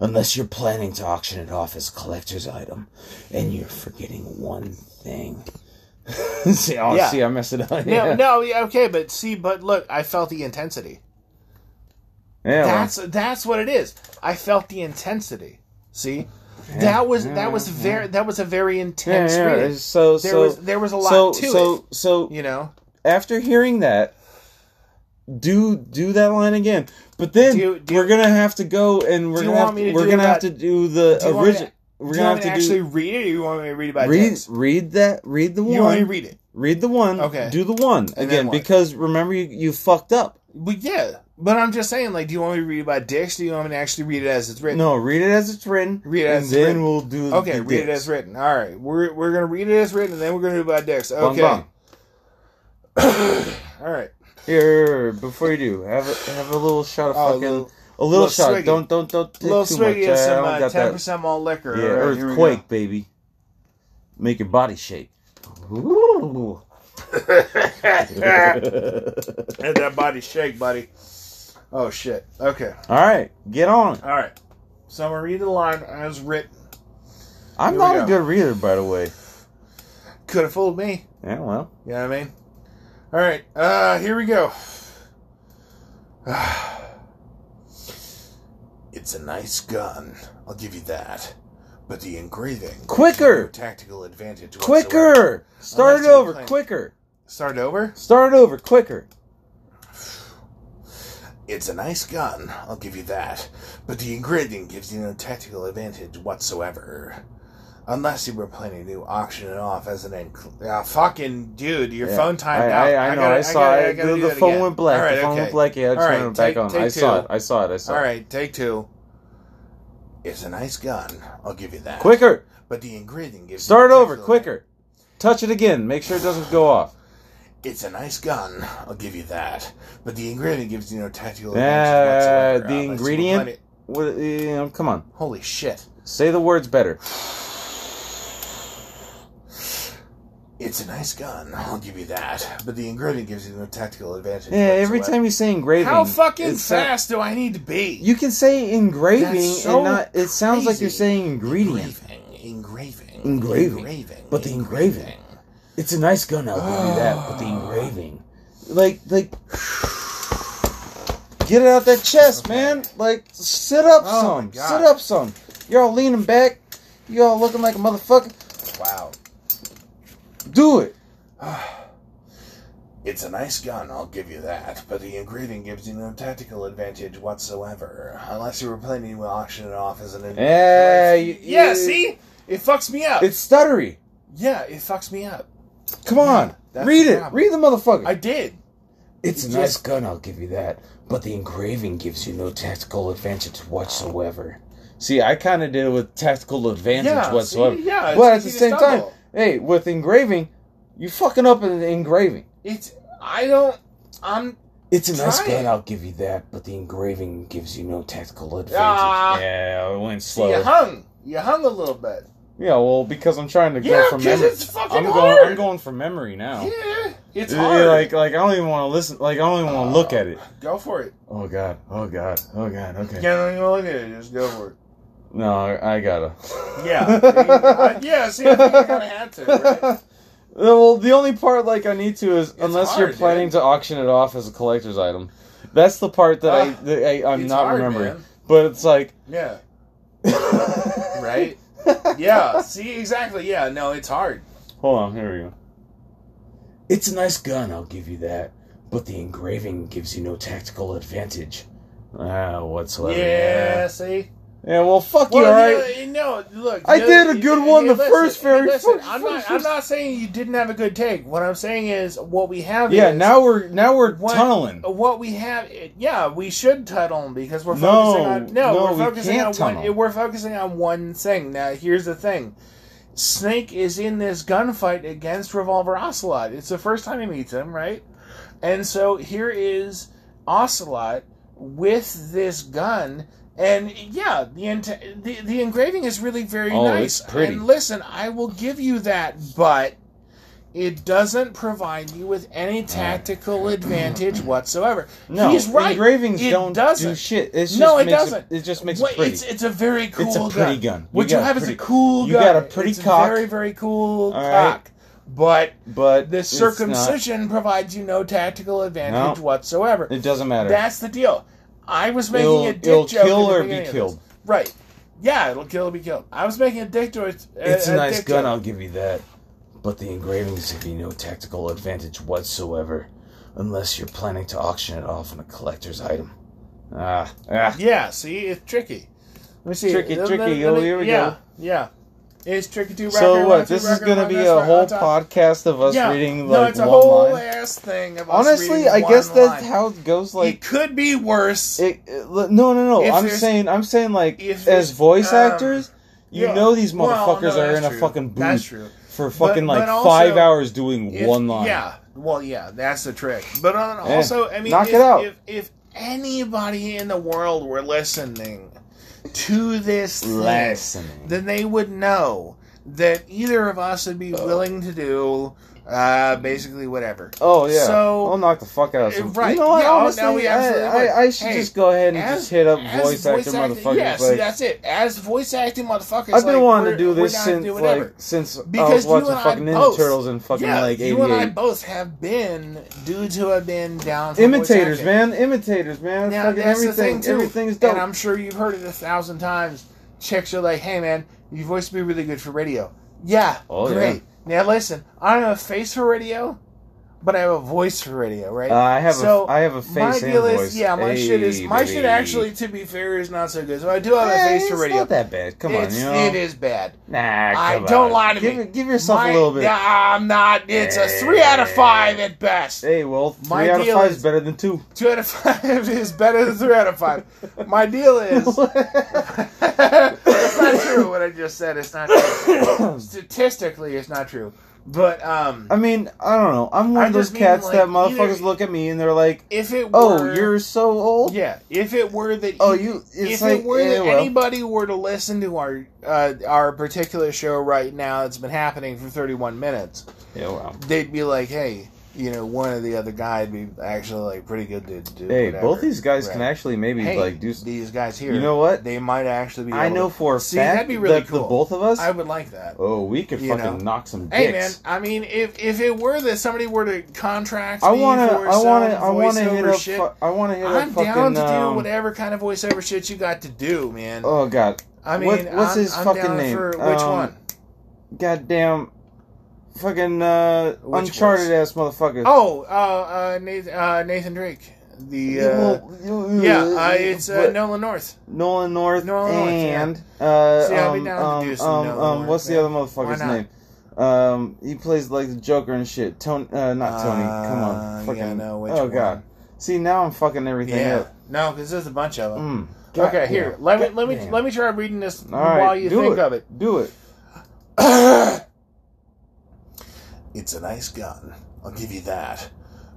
B: Unless you're planning to auction it off as a collector's item, and you're forgetting one thing. see, oh,
A: Yeah.
B: see, I messed it
A: No,
B: up. yeah.
A: no, yeah, okay, but see, but look, I felt the intensity.
B: Yeah, well,
A: That's that's what it is. I felt the intensity. See, that was that was very that was a very
B: yeah,
A: intense
B: yeah,
A: reading.
B: So,
A: There
B: so
A: was- there was a lot
B: so,
A: to
B: so,
A: it.
B: So,
A: You know,
B: after hearing that, do do that line again. But then
A: Do you- do
B: we're gonna have to go and we're
A: Do you
B: gonna have
A: want me
B: to,
A: to
B: we're
A: do
B: gonna have
A: that-
B: to do the
A: do you want me to-
B: original. We're
A: do you
B: gonna
A: want
B: have
A: me
B: to
A: to actually
B: do
A: read it, or you want me to read it by
B: read
A: text?
B: read that read the
A: You want me
B: one
A: to read it?
B: read the one
A: Okay.
B: do the one
A: then
B: again
A: what?
B: because remember you you fucked up.
A: Well, yeah, but I'm just saying, like, do you want me to read it by dicks? Do you want me to actually read it as it's written?
B: No, read it as it's written.
A: Read it
B: and
A: as it's
B: then
A: written.
B: we'll do
A: Okay,
B: the
A: read it
B: dicks.
A: as written. All right, we're we're gonna read it as written, and then we're gonna do it by dicks.
B: Bung,
A: Okay.
B: bung.
A: All right.
B: Here, before you do, have a, have a little shot of
A: Oh, a
B: fucking a
A: little-
B: little,
A: little
B: shot.
A: swiggy.
B: Don't don't don't take
A: little
B: too much. eh?
A: swiggy of
B: I
A: some
B: don't
A: uh,
B: got that.
A: 10% malt liquor.
B: Yeah,
A: All right, here we go.
B: earthquake, baby. Make your body shake.
A: Had that body shake, buddy. Oh shit. Okay.
B: All right, get on. it.
A: All right. So I'm gonna read the line as written.
B: I'm
A: Here we
B: not a
A: go.
B: good reader, by the way.
A: Could have fooled me.
B: Yeah, well,
A: You know what I mean? All right, uh, here we go. It's a nice gun, I'll give you that. But the engraving
B: Quicker!
A: gives you no tactical advantage. whatsoever.
B: quicker. Start it
A: Unless you
B: over,
A: claim-
B: quicker.
A: Start over.
B: Start it over, quicker.
A: It's a nice gun, I'll give you that. But the engraving gives you no tactical advantage whatsoever. Unless you were planning to auction it off as an inc- ah, fucking dude, your
B: Yeah.
A: phone timed
B: I,
A: out.
B: I, I know.
A: gotta-
B: I saw
A: gotta- I
B: it.
A: gotta
B: The,
A: do
B: the
A: that
B: phone
A: again.
B: went black.
A: All right,
B: the phone
A: okay.
B: went black. Yeah, I
A: All
B: turned
A: right,
B: it back
A: take-
B: on.
A: take
B: I saw
A: two.
B: it. I saw it. I saw
A: All
B: it.
A: right, take two. It's a nice gun. I'll give you that.
B: Quicker.
A: But the ingredient gives.
B: Start
A: you
B: over,
A: particular-
B: quicker. Touch it again. Make sure it doesn't go off.
A: It's a nice gun. I'll give you that. But the ingredient gives you no tactical
B: Uh,
A: advantage whatsoever.
B: the
A: unless you
B: ingredient?
A: blend it-
B: What, you know, come on.
A: Holy shit!
B: Say the words better.
A: It's a nice gun. I'll give you that. But the ingredient gives you no tactical advantage.
B: Yeah, every
A: whatsoever.
B: time you say engraving.
A: How fucking
B: it sa-
A: fast do I need to be?
B: you can say engraving
A: That's so
B: and not. It sounds like you're
A: crazy.
B: saying ingredient.
A: Engraving. Engraving.
B: Engraving.
A: Engraving.
B: But the engraving.
A: engraving.
B: It's a nice gun, I'll give you that, but the engraving. Ah. Like, like. Get it out that chest, man. Like, sit up
A: Oh,
B: some.
A: my God.
B: Sit up some. You're all leaning back. you all looking like a motherfucker.
A: Wow.
B: Do it.
A: It's a nice gun, I'll give you that, but the ingredient gives you no tactical advantage whatsoever, unless you were planning to auction it off as an.
B: Yeah, you-
A: yeah.
B: you-
A: See, it fucks me up.
B: It's stuttery.
A: yeah, it fucks me up.
B: Come on.
A: that's
B: Read
A: the
B: it.
A: problem.
B: Read the motherfucker.
A: I did.
B: it's a
A: just-
B: nice gun, I'll give you that. But the engraving gives you no tactical advantage whatsoever. See, I kind of did it with tactical advantage
A: Yeah, see?
B: whatsoever.
A: Yeah, it's
B: but at
A: easy
B: the
A: to
B: same time,
A: stumble.
B: hey, with engraving, you fucking up in the engraving.
A: It's. I don't. I'm.
B: It's a nice
A: Try
B: gun,
A: it.
B: I'll give you that. But the engraving gives you no tactical advantage.
A: Ah.
B: yeah, it went
A: See, you
B: slow.
A: hung. You hung a little bit.
B: Yeah, well, because I'm trying to go
A: Yeah,
B: from
A: 'cause
B: memory.
A: it's fucking
B: I'm going.
A: hard.
B: I'm going from memory now.
A: Yeah, it's
B: Yeah,
A: hard.
B: Like, like I don't even want to listen. Like, I don't even want to look at it.
A: go for it.
B: Oh god. Oh god. Oh god. Okay.
A: Yeah, don't even look at it. Just go for it.
B: No, I, I gotta.
A: Yeah. I- yeah. See, I think I kind of had to. Right?
B: well, the only part like I need to is unless you're
A: hard,
B: planning
A: dude.
B: to auction it off as a collector's item. That's the part that I
A: Ah,
B: that I I'm
A: it's
B: not
A: hard,
B: remembering.
A: man.
B: But it's like.
A: Yeah. Right. Yeah. See, exactly. Yeah. No, it's hard.
B: Hold on. Here we go. It's a nice gun. I'll give you that. But the engraving gives you no tactical advantage. Ah, whatsoever.
A: Yeah, see?
B: Yeah, well, fuck
A: Well,
B: you, alright?
A: you know, no, look.
B: I
A: no,
B: did a
A: you-
B: good
A: hey,
B: one the
A: listen,
B: first
A: hey,
B: very
A: listen,
B: first-
A: I'm not,
B: first-
A: I'm not saying you didn't have a good take. What I'm saying is what we have
B: Yeah,
A: is
B: now we're now we're
A: what, Oh,
B: tunneling.
A: What we have, yeah, we should tunnel because we're
B: No,
A: focusing on. No,
B: no,
A: we're
B: we
A: focusing
B: can't
A: on
B: tunnel.
A: one. We're focusing on one thing. Now, here's the thing. Snake is in this gunfight against Revolver Ocelot. It's the first time he meets him, right? And so here is Ocelot with this gun. And yeah, the int- the, the engraving is really very
B: Oh,
A: nice.
B: it's pretty.
A: And listen, I will give you that, but it doesn't provide you with any tactical advantage whatsoever.
B: No,
A: he's right.
B: engravings
A: It
B: don't
A: doesn't.
B: do shit. It's
A: no, it
B: just makes
A: doesn't.
B: It, just makes
A: What-
B: it pretty.
A: It's, it's a very cool
B: a pretty gun. You
A: What you,
B: got a
A: have
B: pretty-
A: is a cool
B: you
A: gun.
B: got a pretty
A: It's
B: cock.
A: very, very cool
B: All right.
A: cock. But
B: but
A: the
B: it's not-
A: circumcision provides you no tactical advantage
B: No.
A: whatsoever.
B: it doesn't matter.
A: That's the deal. I was making
B: It'll-
A: a dick
B: it'll
A: joke.
B: kill
A: at the
B: or be
A: beginning of
B: killed.
A: this. Right. Yeah, it'll kill or be killed. I was making a dick joke. uh,
B: it's a, nice
A: dick
B: gun.
A: joke.
B: I'll give you that. But the engravings give you no tactical advantage whatsoever, unless you're planning to auction it off on a collector's item. Ah, ah.
A: Yeah, see, it's tricky. Let me see.
B: Tricky,
A: Let-
B: tricky.
A: let- let
B: Oh,
A: me-
B: here we
A: yeah,
B: go.
A: Yeah, It's tricky to
B: So what? This is gonna be a whole podcast of us
A: yeah.
B: reading
A: no,
B: like
A: it's a
B: one
A: whole
B: line.
A: ass thing. Of us
B: Honestly,
A: reading
B: I guess
A: one
B: that's
A: line.
B: how it goes. Like
A: it could be worse.
B: It, it, no, no, no.
A: If
B: I'm
A: there's-
B: saying, I'm saying, like
A: if
B: as
A: there's-
B: voice
A: um,
B: actors, you
A: yeah.
B: know these
A: Well, no,
B: motherfuckers are
A: that's
B: in a
A: true.
B: fucking booth
A: That's true.
B: for fucking
A: But-
B: like
A: but also,
B: five hours doing
A: If-
B: one line.
A: Yeah. Well, yeah, that's the trick. But on,
B: Yeah.
A: also, I mean,
B: Knock
A: if,
B: it out.
A: If, if anybody in the world were listening to this thing,
B: Listening.
A: then they would know that either of us would be willing to do uh, basically whatever.
B: Oh yeah.
A: So-
B: I'll knock the fuck out of some.
A: Right.
B: You know what?
A: Yeah, oh,
B: honestly,
A: no, we absolutely
B: I,
A: would.
B: I, I should
A: Hey,
B: just go ahead and
A: as-
B: just hit up
A: as
B: voice actor motherfuckers.
A: Yeah, see,
B: like,
A: that's it. As voice acting motherfuckers,
B: I've been
A: like,
B: wanting
A: we're-
B: to do this
A: we're not
B: since
A: doing
B: like
A: whatever.
B: since I
A: Because
B: was
A: you
B: watching
A: and I
B: fucking Ninja
A: both-
B: Turtles in fucking
A: yeah,
B: like
A: you and I
B: '88.
A: both have been dudes who have been down. for voice
B: Imitators,
A: acting.
B: man. Imitators, man.
A: Now,
B: fucking
A: that's the
B: everything.
A: thing too,
B: Everything's
A: and I'm
B: dope.
A: sure you've heard it a thousand times. Chicks are like, "Hey, man, your voice would be really good for radio." Yeah,
B: Oh,
A: great. Now listen, I don't have a face for radio, but I have a voice for radio, right?
B: Uh, I have
A: so
B: a I have a
A: my
B: face and
A: deal
B: voice.
A: is, yeah, my shit is
B: Hey,
A: my shit.
B: baby.
A: Actually, to be fair, is not so good. So I do have a
B: Eh,
A: face for
B: it's
A: radio.
B: not that bad. Come on,
A: It's-
B: you know.
A: It is bad.
B: Nah, come
A: I
B: on.
A: don't lie to
B: give,
A: me.
B: Give yourself
A: My-
B: a little bit.
A: Nah, I'm not. It's a three out of five at best.
B: Hey, well, three
A: My
B: out of
A: deal
B: five
A: is-
B: is better than two.
A: Two out of five is better than three out of five. My deal is. That's not true. What I just said It's not true. Statistically, it's not true. But um,
B: I mean, I don't know. I'm one
A: I
B: of those
A: just mean,
B: cats
A: like,
B: that motherfuckers
A: either-
B: look at me and they're like,
A: if it were,
B: "Oh, you're so old."
A: yeah. If it were that,
B: Oh, you. It's
A: if
B: like
A: it were
B: eh,
A: that
B: well.
A: anybody were to listen to our uh, our particular show right now that's been happening for 31 minutes,
B: Yeah, well.
A: they'd be like, hey, you know, one or the other guy'd be actually like pretty good to do.
B: Hey,
A: whatever.
B: both these guys
A: Right.
B: can actually maybe
A: Hey,
B: like do. s-
A: these guys here.
B: You know what?
A: They might actually be.
B: I
A: able
B: know
A: to-
B: for a
A: See,
B: fact
A: that'd be really
B: that
A: cool.
B: the both of us.
A: I would like that.
B: oh, we could
A: You
B: fucking
A: know.
B: knock some dicks.
A: Hey man, I mean, if if it were that somebody were to contract
B: I
A: me
B: wanna,
A: for
B: I
A: some
B: wanna, I wanna
A: voiceover
B: hit up.
A: shit,
B: fu- I wanna hit
A: I'm
B: up fucking.
A: down to do
B: um,
A: whatever kind of voiceover shit you got to do, man.
B: Oh god,
A: I mean,
B: what- what's
A: I'm,
B: his
A: I'm
B: fucking
A: down
B: name?
A: For which
B: Um,
A: one?
B: goddamn, fucking uh,
A: Which
B: uncharted ass motherfucker.
A: Oh, uh, uh, Nathan, uh, Nathan Drake. The
B: Yeah,
A: uh,
B: well,
A: yeah, uh, it's uh,
B: but
A: Nolan North.
B: Nolan North
A: Nolan North, yeah.
B: and uh,
A: See, I'll be
B: um,
A: down to
B: um,
A: do some
B: um,
A: Nolan
B: um,
A: North,
B: what's the
A: man.
B: other motherfucker's
A: Why not?
B: name? Um, he plays like the Joker and shit. Tony, uh, not Tony. Come
A: Uh,
B: on, fucking.
A: yeah, I know which
B: oh
A: one.
B: god. See now I'm fucking everything
A: Yeah,
B: up.
A: no, because there's a bunch of them.
B: Mm.
A: okay, here,
B: Goddamn.
A: let me let me
B: Goddamn.
A: let me try reading this
B: All right,
A: while you
B: do
A: think
B: it.
A: of it.
B: Do it.
A: It's a nice gun, I'll give you that.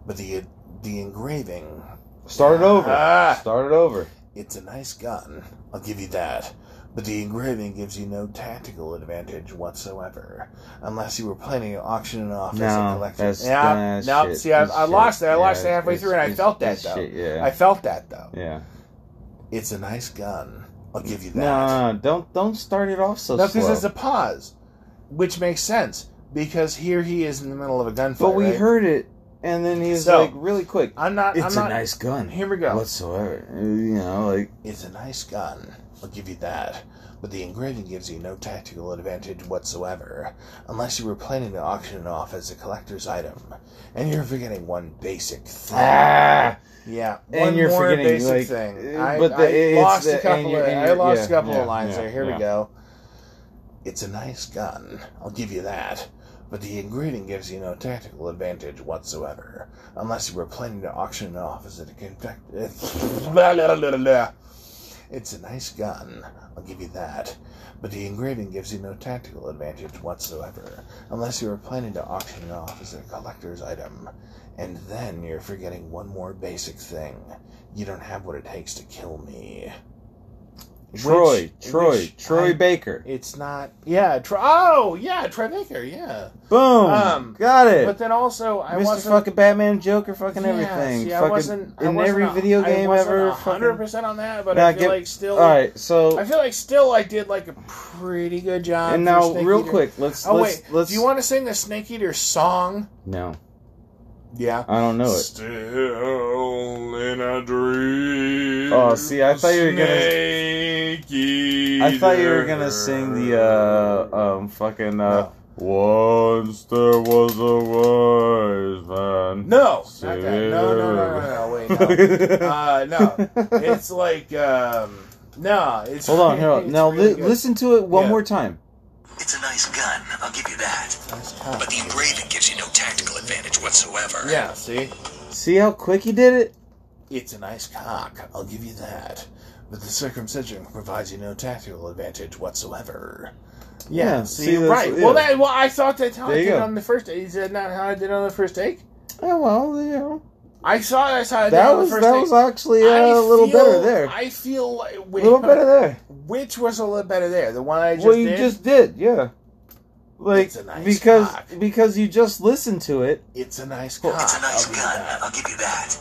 A: But the the engraving,
B: Start it over.
A: Ah.
B: Start it over.
A: it's a nice gun, I'll give you that. But the engraving gives you no tactical advantage whatsoever, unless you were planning to auction it off as a
B: No,
A: collection.
B: that's
A: yeah,
B: that
A: no.
B: shit.
A: See, I,
B: This
A: I
B: shit.
A: lost that. I lost
B: Yeah,
A: that halfway
B: it's-
A: through, and I
B: it's-
A: felt that
B: it's
A: though.
B: shit, yeah.
A: I felt that though.
B: Yeah.
A: It's a nice gun, I'll give you that.
B: No, don't don't start it off so
A: No,
B: slow.
A: because there's a pause, which makes sense because here he is in the middle of a gunfight.
B: but we
A: right?
B: heard it, and then he's
A: So,
B: like really quick.
A: I'm not.
B: It's
A: I'm not,
B: a nice gun.
A: Here we go.
B: Whatsoever, Uh, you know, like
A: It's a nice gun. I'll give you that. But the engraving gives you no tactical advantage whatsoever, unless you were planning to auction it off as a collector's item, and you're forgetting one basic thing.
B: ah.
A: Yeah,
B: And
A: one
B: you're
A: more
B: forgetting,
A: basic
B: like,
A: thing.
B: uh,
A: I,
B: but the-
A: I
B: it's
A: lost
B: the-
A: a
B: and
A: couple
B: you're-
A: of
B: and
A: I
B: you're-
A: lost a
B: yeah,
A: couple
B: yeah,
A: of lines
B: yeah,
A: there. Here
B: yeah.
A: we go. It's a nice gun. I'll give you that. But the engraving gives you no tactical advantage whatsoever, unless you were planning to auction it off as a confect. Blah, blah, blah, blah. It's a nice gun. I'll give you that. But the engraving gives you no tactical advantage whatsoever, unless you were planning to auction it off as a collector's item. And then you're forgetting one more basic thing. You don't have what it takes to kill me.
B: Troy,
A: Which-
B: Troy,
A: which
B: Troy
A: I-
B: Baker.
A: It's not. Yeah. Tro- oh, yeah. Troy Baker. Yeah.
B: Boom,
A: Um,
B: got it.
A: But then also, I
B: Mr.
A: wasn't.
B: fucking Batman, Joker, fucking
A: yeah,
B: everything.
A: see, I
B: fucking
A: wasn't. I
B: in
A: wasn't
B: every
A: a-
B: video
A: I
B: game
A: wasn't
B: ever.
A: a hundred
B: fucking-
A: percent on that, but
B: Nah,
A: I feel
B: give-
A: like still.
B: All right, so
A: I feel like still I did like a pretty good job.
B: and
A: for
B: now
A: Snake
B: real
A: Eater.
B: quick, let's
A: Oh
B: let's
A: wait,
B: let's.
A: do you want to sing the Snake Eater song?
B: No,
A: Yeah.
B: I don't know Oh, it.
A: Still in a dream.
B: Oh, see, I thought you were gonna-
A: gonna.
B: I thought you were gonna sing the uh um fucking uh. Once there was a wise man.
A: No, not that. No, no, no, no, no. Wait, no. uh, no, it's like um, no. It's
B: Hold on, hold on.
A: it's
B: Now
A: really
B: li-
A: good.
B: listen to it one
A: Yeah.
B: more time.
D: It's a nice gun, I'll give you that. But the engraving gives you no tactical advantage whatsoever.
A: Yeah, see,
B: See how quick he did it?
A: it's a nice cock. I'll give you that. But the circumcision provides you no tactical advantage whatsoever. Yeah,
B: Yeah,
A: see,
B: see, that's-
A: right.
B: yeah.
A: Well, that well, I thought that's how I
B: There you
A: did it
B: go.
A: on the first. Is that not how I did it on the first take?
B: Oh well, you know
A: I saw that's how I did it
B: that
A: on
B: was
A: the first
B: that
A: take.
B: was actually uh,
A: I
B: a little
A: feel-
B: better there.
A: I feel like
B: A little better there.
A: Which was a little better there? The one I just
B: Well, you
A: did?
B: just did, yeah. Like
A: It's a nice
B: because
A: cock.
B: because you just listened to it.
A: It's a nice cock.
D: It's a nice
A: I'll give you
D: gun,
A: that.
D: I'll give you that.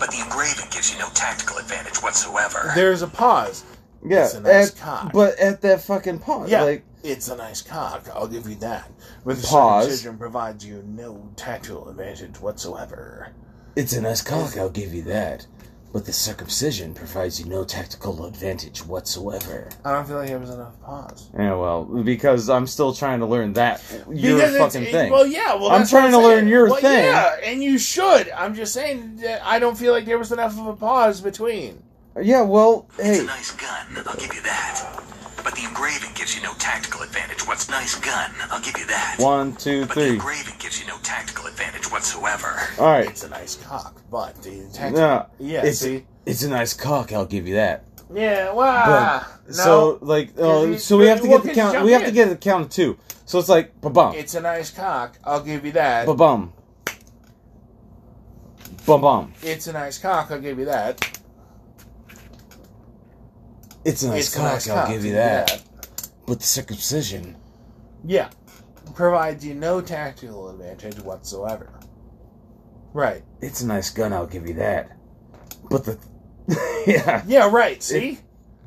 D: But the engraving gives you no tactical advantage whatsoever.
A: There's a pause.
B: Yeah,
A: It's a nice
B: at-
A: cock.
B: But at that fucking pause,
A: Yeah,
B: like
A: it's a nice cock. I'll give you that. But the
B: Pause.
A: circumcision provides you no tactical advantage whatsoever.
E: It's a nice cock, I'll give you that. But the circumcision provides you no tactical advantage whatsoever.
A: I don't feel like it was enough pause.
B: yeah, well, because I'm still trying to learn that your
A: Because it's-
B: fucking
A: it-
B: thing.
A: Well, yeah. Well,
B: I'm
A: that's what
B: trying to
A: saying.
B: learn your
A: Well,
B: thing.
A: Yeah, and you should. I'm just saying that I don't feel like there was enough of a pause between.
B: yeah, well,
D: It's a
B: hey,
D: nice gun, I'll give you that. But the engraving gives you no tactical advantage what's nice gun, I'll give you that.
B: one, two,
D: But the
B: three.
D: engraving gives you no tactical advantage whatsoever.
B: All right,
A: It's a nice cock, but the tactical.
B: no,
A: yeah.
E: it's,
A: see.
E: it's a nice cock, I'll give you that.
A: Yeah. Wow. Ah, no.
B: so like, uh,
E: oh,
A: you-
B: so we have to
A: well,
B: get the
A: 'cause you
B: count.
A: jump
B: We have to
A: in.
B: get the count of two. So it's like ba bum,
A: it's a nice cock. I'll give you that.
B: ba bum, bum bum.
A: It's a nice cock. I'll give you that.
E: It's a nice
A: it's a
E: cock,
A: nice
E: I'll
A: cock.
E: give you that. But the circumcision
A: Yeah. Provides you no tactical advantage whatsoever. Right.
E: It's a nice gun, I'll give you that. But the yeah,
A: Yeah, right. See?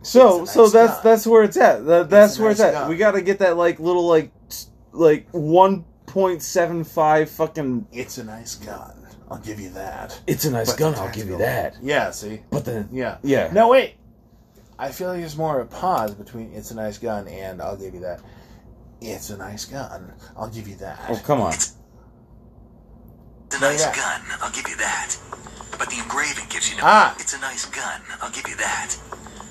B: So
A: It's a
B: so
A: nice
B: that's
A: guy.
B: that's where it's at. That, that's
A: a
B: where it's
A: nice
B: at.
A: guy.
B: We got to get that like little like s- like one point seven five fucking.
A: It's a nice gun. I'll give you that.
E: it's a nice
A: But
E: gun,
A: the
E: I'll give you that.
A: tactical- Yeah, see?
E: But the
A: Yeah.
B: Yeah.
A: No, wait. I feel like there's more of a pause between it's a nice gun and I'll give you that. It's a nice gun. I'll give you that.
B: Oh come on.
D: It's a nice
A: yeah.
D: gun, I'll give you that. But the engraving gives you no.
A: Ah.
D: It's a nice gun, I'll give you that.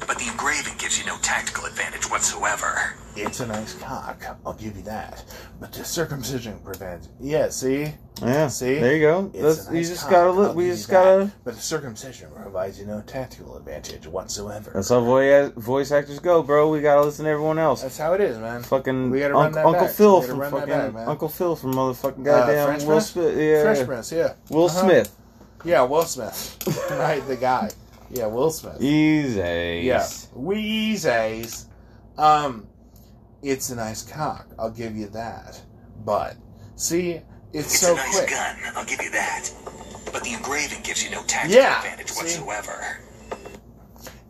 D: But the engraving gives you no tactical advantage whatsoever.
A: It's a nice cock. I'll give you that. But the circumcision prevents. Yeah, see?
B: Yeah.
A: See?
B: There you go.
A: It's
B: That's,
A: a
B: you
A: nice
B: just
A: cock.
B: gotta. Li-
A: I'll
B: we
A: give you
B: just
A: that.
B: gotta.
A: But the circumcision provides you no tactical advantage whatsoever.
B: That's how voice voice actors go, bro. We gotta listen to everyone else.
A: That's how it is, man.
B: Fucking
A: We gotta run
B: Unc-
A: that
B: Uncle
A: back.
B: Phil
A: We gotta
B: from
A: run that
B: fucking
A: back, man.
B: Uncle Phil from motherfucking
A: Uh,
B: goddamn
A: French
B: Will
A: Prince?
B: Smith. Yeah.
A: Fresh Prince, yeah.
B: Will
A: Uh-huh.
B: Smith.
A: Yeah, Will Smith. right, the guy. Yeah, Will Smith.
B: Easy.
A: Yeah. Weezays. Um, it's a nice cock. I'll give you that. But, see, it's,
D: It's
A: so
D: a nice
A: quick.
D: gun, I'll give you that. But the engraving gives you no tactical
A: Yeah,
D: advantage
A: see?
D: whatsoever.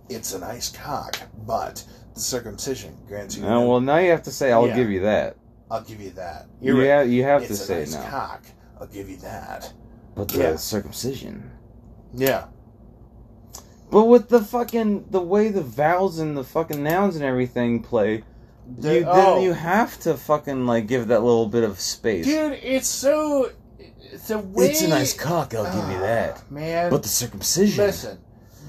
A: It's a nice cock, but the circumcision grants you.
B: Uh,
A: no-
B: well, now you have to say I'll
A: Yeah.
B: give you that.
A: I'll give you that.
B: You
A: right.
B: ha- you have to
A: it's a
B: say
A: nice
B: it now.
A: cock. I'll give you that.
E: but the
A: Yeah.
E: circumcision.
A: Yeah.
B: But with the fucking the way the vowels and the fucking nouns and everything play,
A: The-
B: you,
A: oh.
B: then you have to fucking like give that little bit of space.
A: Dude, it's so. The way.
E: It's a nice cock, I'll give you that.
A: Ah, Man.
E: But the circumcision
A: Listen.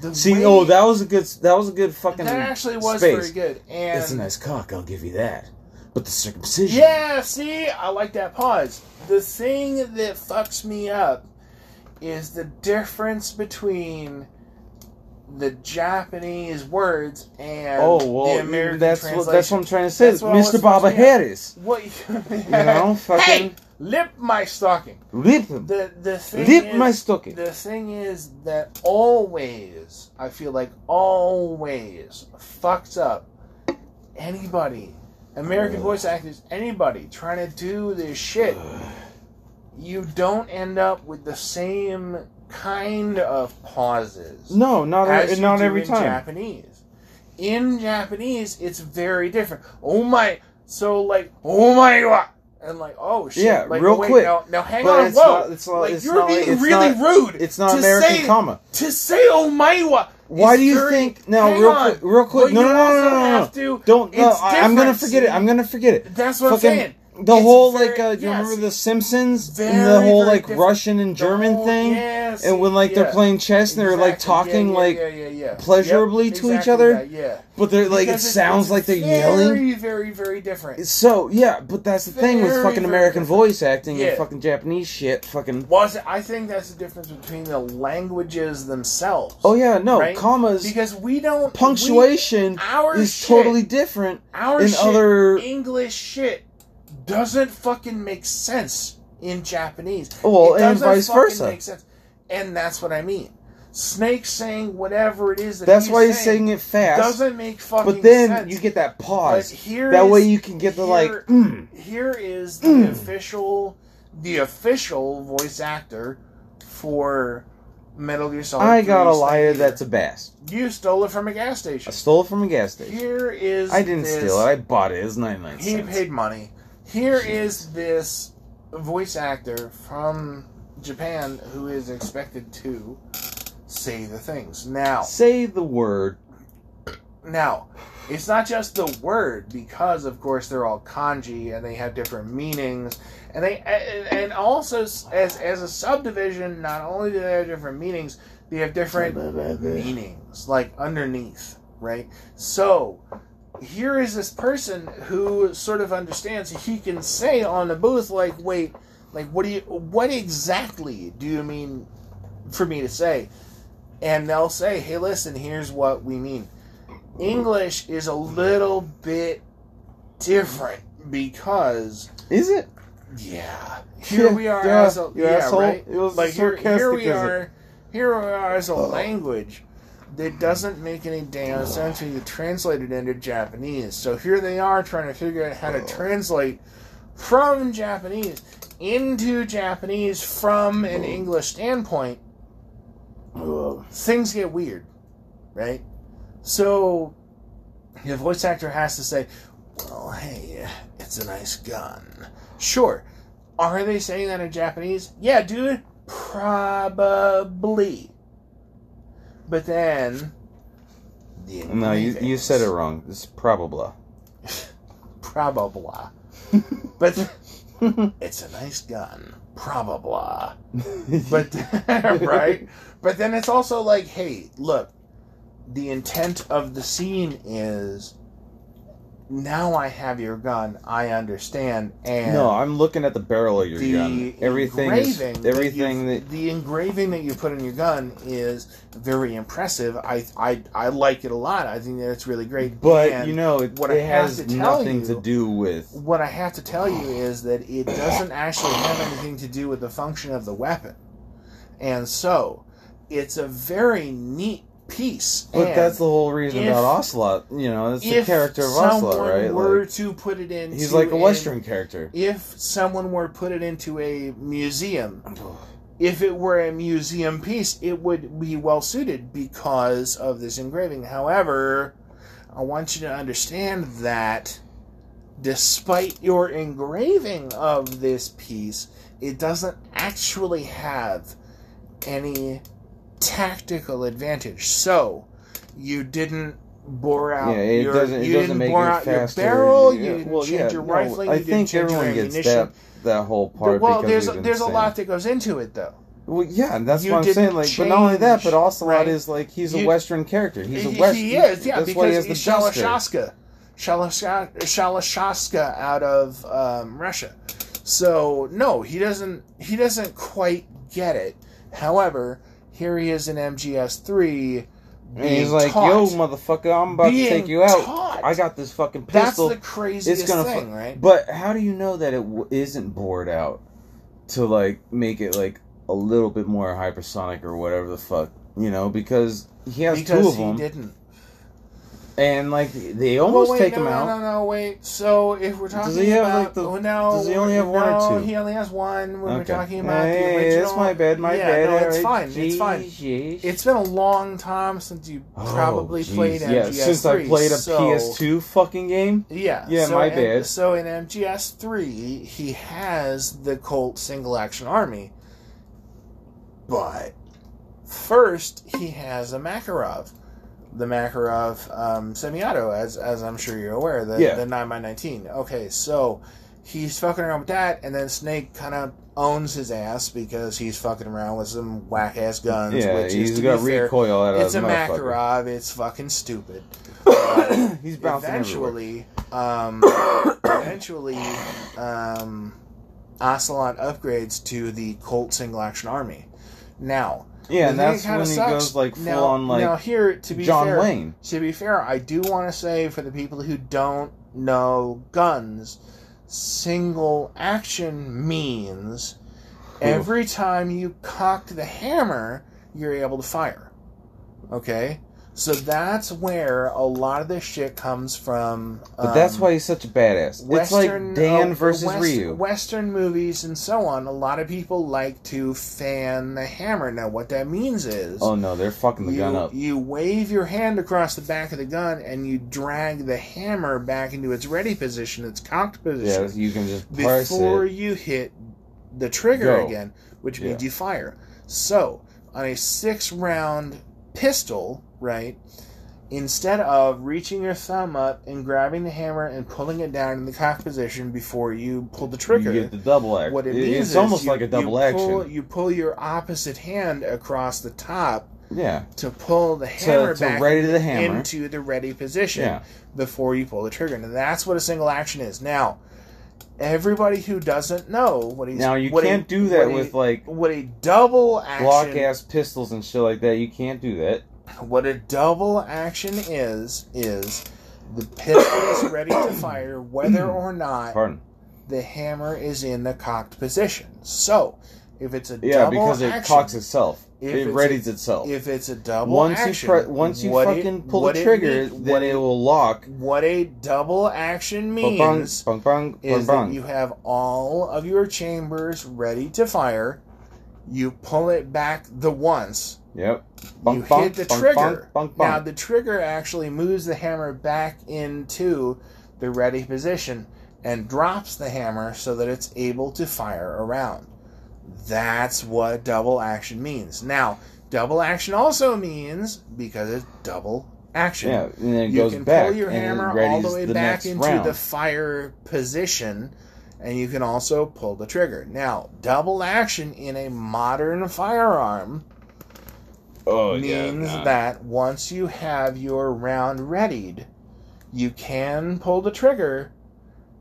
A: The
B: See,
A: way,
B: oh, that was a good that was a good fucking
A: that actually was very
B: space.
A: good. And
E: It's a nice cock, I'll give you that. But the circumcision
A: yeah, see, I like that pause. The thing that fucks me up is the difference between the Japanese words and
B: Oh well,
A: the American
B: that's what
A: translation.
B: that's what I'm trying to say.
A: That's what I was
B: Mr. Baba
A: supposed to get.
B: Harris,
A: What
B: you know, fucking
A: Hey, lip my stocking.
B: lip him.
A: The the thing
B: Lip
A: is,
B: my stocking.
A: The thing is that always I feel like always fucks up anybody, American voice actors, anybody trying to do this shit. You don't end up with the same kind of pauses.
B: No, not
A: as you
B: not
A: do
B: every
A: in
B: time.
A: Japanese. In Japanese, it's very different. Oh my! So like, oh my god, and like, oh shit!
B: Yeah,
A: like,
B: real
A: wait,
B: quick.
A: Now, now hang
B: But
A: on,
B: it's
A: whoa!
B: not- it's not-
A: like
B: it's
A: you're
B: not like-
A: being
B: it's
A: really
B: not-
A: rude.
B: it's not
A: to
B: American
A: say,
B: comma.
A: to say oh my god.
B: Why
A: is
B: do you
A: very-
B: think? No,
A: hang
B: real
A: on.
B: quick, real quick.
A: But
B: No,
A: you
B: no, no,
A: also
B: no, no, no.
A: have to-
B: Don't. No,
A: it's
B: I, I'm gonna
A: different,
B: forget it.
A: see?
B: I'm gonna forget it.
A: That's what I'm
B: Fucking-
A: saying.
B: The
A: It's
B: whole
A: very-
B: like, uh, you
A: yes.
B: remember the Simpsons and the
A: Very,
B: whole
A: very
B: like
A: different.
B: Russian and German
A: Oh,
B: thing,
A: yes,
B: and when like they're
A: yeah.
B: playing chess and they're like
A: Exactly. Yeah,
B: talking
A: yeah,
B: like,
A: yeah, yeah, yeah.
B: pleasurably
A: Yep,
B: to each
A: exactly
B: other,
A: that, yeah.
B: but they're like
A: Because
B: it sounds
A: it's
B: like they're yelling.
A: Very, very, very different.
B: So yeah, but that's the thing with
A: Very,
B: fucking
A: very
B: American
A: different.
B: voice acting
A: Yeah.
B: and fucking Japanese shit. Fucking
A: was I think that's the difference between the languages themselves.
B: oh yeah, no commas,
A: because we don't
B: punctuation
A: we- our
B: is
A: shit,
B: totally different.
A: our
B: in
A: shit,
B: other-
A: English shit doesn't fucking make sense in Japanese.
B: Oh, Well,
A: It
B: and
A: doesn't
B: vice
A: fucking
B: versa.
A: make sense. And that's what I mean. Snake saying whatever it is that
B: That's
A: he's
B: why he's
A: saying
B: saying it fast.
A: doesn't make fucking
B: but then
A: sense.
B: you get that
A: But
B: pause.
A: here
B: That
A: is-
B: way you can get the like.
A: here-
B: Mm.
A: Here is the official, the official voice actor for Metal Gear Solid.
B: I got a
A: 3's
B: liar
A: Snake
B: that's a bass.
A: Eater. you stole it from a gas
B: I
A: station.
B: stole it from a gas station.
A: Here is
B: I didn't
A: this-
B: steal it. I bought it. It was 99
A: He
B: cents.
A: paid money. Here is this voice actor from Japan who is expected to say the things. Now,
B: Say the word.
A: now, it's not just the word because, of course, they're all kanji and they have different meanings, and they and and also s- as as a subdivision, not only do they have different meanings, they have different meanings like underneath, right? So here is this person who sort of understands. He can say on the booth, like, "Wait, like, what do you? What exactly do you mean for me to say?" And they'll say, "Hey, listen, here's what we mean." English is a little bit different because
B: Is it?
A: yeah. Here we are
B: Yeah,
A: as a
B: you
A: yeah,
B: asshole.
A: right.
B: It was
A: like here, here we
B: sarcastic, isn't it? Oh.
A: are, here we are as a language that doesn't make any damn sense when you translate it into Japanese. So here they are trying to figure out how to
B: Oh.
A: translate from Japanese into Japanese from
B: Oh.
A: an English standpoint. Things get weird, right? So the voice actor has to say, "Well, hey, it's a nice gun." Sure. Are they saying that in Japanese? Yeah, dude, probably. But then, the
B: No, you, you
A: ingredients.
B: said it wrong. It's probably.
A: Probably. but it's a nice gun. Probably. But right? But then it's also like, hey, look, the intent of the scene is now I have your gun, I understand, and
B: no, I'm looking at the barrel of your
A: the
B: gun. Everything, is,
A: engraving that
B: everything
A: you've-
B: that
A: the engraving that you put on your gun is very impressive. I I, I like it a lot. I think that it's really great.
B: But
A: And
B: you know, it,
A: what I
B: it
A: have
B: has
A: to tell
B: nothing
A: you-
B: to do with.
A: what I have to tell you is that it doesn't actually have anything to do with the function of the weapon, and so it's a very neat piece.
B: But
A: and
B: that's the whole reason
A: if-
B: about Ocelot. You know, that's the
A: if
B: character of
A: someone
B: Ocelot, right?
A: Were
B: Like,
A: to put it in,
B: he's like a Western character.
A: if someone were to put it into a museum, if it were a museum piece, it would be well suited because of this engraving. However, I want you to understand that despite your engraving of this piece, it doesn't actually have any tactical advantage. So, you didn't bore out
B: Yeah, it
A: your,
B: doesn't. It
A: you
B: doesn't
A: didn't
B: make
A: bore
B: it
A: out
B: faster.
A: your barrel,
B: Yeah,
A: you didn't
B: well,
A: change
B: yeah,
A: your
B: no,
A: rifling,
B: I
A: you didn't
B: think
A: change your
B: everyone gets
A: ammunition.
B: that that whole part.
A: well,
B: because
A: there's
B: we've been
A: there's a
B: saying-
A: lot that goes into it though.
B: Well, yeah, and that's
A: You
B: what I'm
A: didn't
B: saying. Like, but not only that,
A: change,
B: but Ocelot
A: right?
B: is like he's a
A: You-
B: Western character. He's a
A: He-
B: West.
A: He is, yeah,
B: that's why he
A: because
B: has
A: he's
B: the duster.
A: Shalashaska. Shalasha- Shalashaska out of um, Russia. So no, he doesn't. He doesn't quite get it. However, here he is in MGS three.
B: And he's like, "Yo, motherfucker, I'm about to
A: Being
B: take you out.
A: taught.
B: I got this fucking
A: that's
B: pistol.
A: the craziest
B: it's gonna
A: thing,
B: fu-
A: right?
B: But how do you know that it w- isn't bored out to like make it like a little bit more hypersonic or whatever the fuck you know? Because he has two
A: Because
B: of
A: he
B: them,
A: didn't.
B: and like they almost
A: Well, wait,
B: take
A: no,
B: him
A: no,
B: out.
A: No, no, wait. So if we're talking
B: Does he have,
A: about,
B: like, the-
A: oh, no,
B: does he only have one or
A: no,
B: two?
A: He only has one. When we're
B: Okay.
A: talking about
B: Hey,
A: the original,
B: It's my bad. My
A: yeah,
B: bad.
A: No, it's
B: alright.
A: fine. It's fine.
B: Jeez.
A: It's been a long time since you
B: Oh,
A: probably
B: jeez.
A: played MGS3.
B: Yeah, since I played a
A: so-
B: PS2 fucking game.
A: Yeah.
B: Yeah,
A: so
B: my
A: in-
B: bad.
A: so in MGS3, he has the Colt single action army, but first he has a Makarov, the Makarov um, semi-auto, as as I'm sure you're aware, the
B: Yeah.
A: the nine x nineteen. Okay, so he's fucking around with that, and then Snake kind of owns his ass because he's fucking around with some whack ass guns.
B: Yeah,
A: which is,
B: he's
A: to
B: got
A: be fair,
B: recoil out of
A: It's a
B: that Uh, motherfucker.
A: Makarov. It's fucking stupid
B: he's bouncing everywhere.
A: eventually, um, eventually, um, Ocelot upgrades to the Colt single action army. Now,
B: Yeah, and
A: the thing
B: that's
A: that kinda
B: when he
A: sucks-
B: goes like full
A: now,
B: on like
A: now here to be
B: John
A: fair,
B: Wayne.
A: To be fair, I do want to say for the people who don't know guns, single action means every time you cock the hammer, you're able to fire. Okay? So that's where a lot of this shit comes from.
B: But that's
A: um,
B: why he's such a badass. it's like Dan
A: oh,
B: versus
A: West-
B: Ryu.
A: Western movies and so on, a lot of people like to fan the hammer. Now, what that means is
B: Oh no, they're fucking the
A: you,
B: gun up.
A: you wave your hand across the back of the gun and you drag the hammer back into its ready position, its cocked position,
B: Yeah, you can just parse
A: before
B: it.
A: you hit the trigger
B: Go.
A: again, which
B: Yeah.
A: means you fire. So, on a six round pistol, right, instead of reaching your thumb up and grabbing the hammer and pulling it down in the cock position before you pull the
B: You
A: trigger,
B: get the double action.
A: what it
B: It-
A: means
B: it's
A: is
B: almost
A: you-
B: like a double
A: you pull,
B: action.
A: You pull your opposite hand across the top
B: Yeah,
A: to pull the hammer
B: to
A: back
B: ready the hammer.
A: into the ready position
B: Yeah.
A: before you pull the trigger. Now that's what a single action is. Now, everybody who doesn't know what he's
B: Now you
A: what a-
B: can't do that
A: what a-
B: with like
A: what a double action
B: block ass pistols and shit like that. You can't do that.
A: what a double action is is the pistol is ready to fire whether or not
B: Pardon.
A: the hammer is in the cocked position. So, if it's a
B: Yeah,
A: double
B: because it
A: action,
B: cocks itself.
A: If
B: it
A: it's
B: readies itself.
A: if it's a double
B: once
A: action,
B: you pre- once you
A: what it-
B: fucking pull
A: what
B: the
A: it
B: trigger,
A: mean-
B: then
A: what
B: it will lock.
A: what a double action
B: Bang, bang,
A: means
B: bang, bang,
A: is
B: bang.
A: that you have all of your chambers ready to fire. You pull it back the once.
B: Yep.
A: you
B: Bang, bang,
A: hit the
B: bang,
A: trigger.
B: bang, bang, bang.
A: Now the trigger actually moves the hammer back into the ready position and drops the hammer so that it's able to fire around. That's what double action means. Now, double action also means because it's double action
B: yeah, and then it
A: you
B: goes
A: can
B: back.
A: pull your
B: and it
A: hammer all the
B: readies
A: way
B: the
A: back
B: next
A: into
B: round.
A: the fire position and you can also pull the trigger now double action in a modern firearm
B: oh, yeah,
A: means
B: nah.
A: that once you have your round readied you can pull the trigger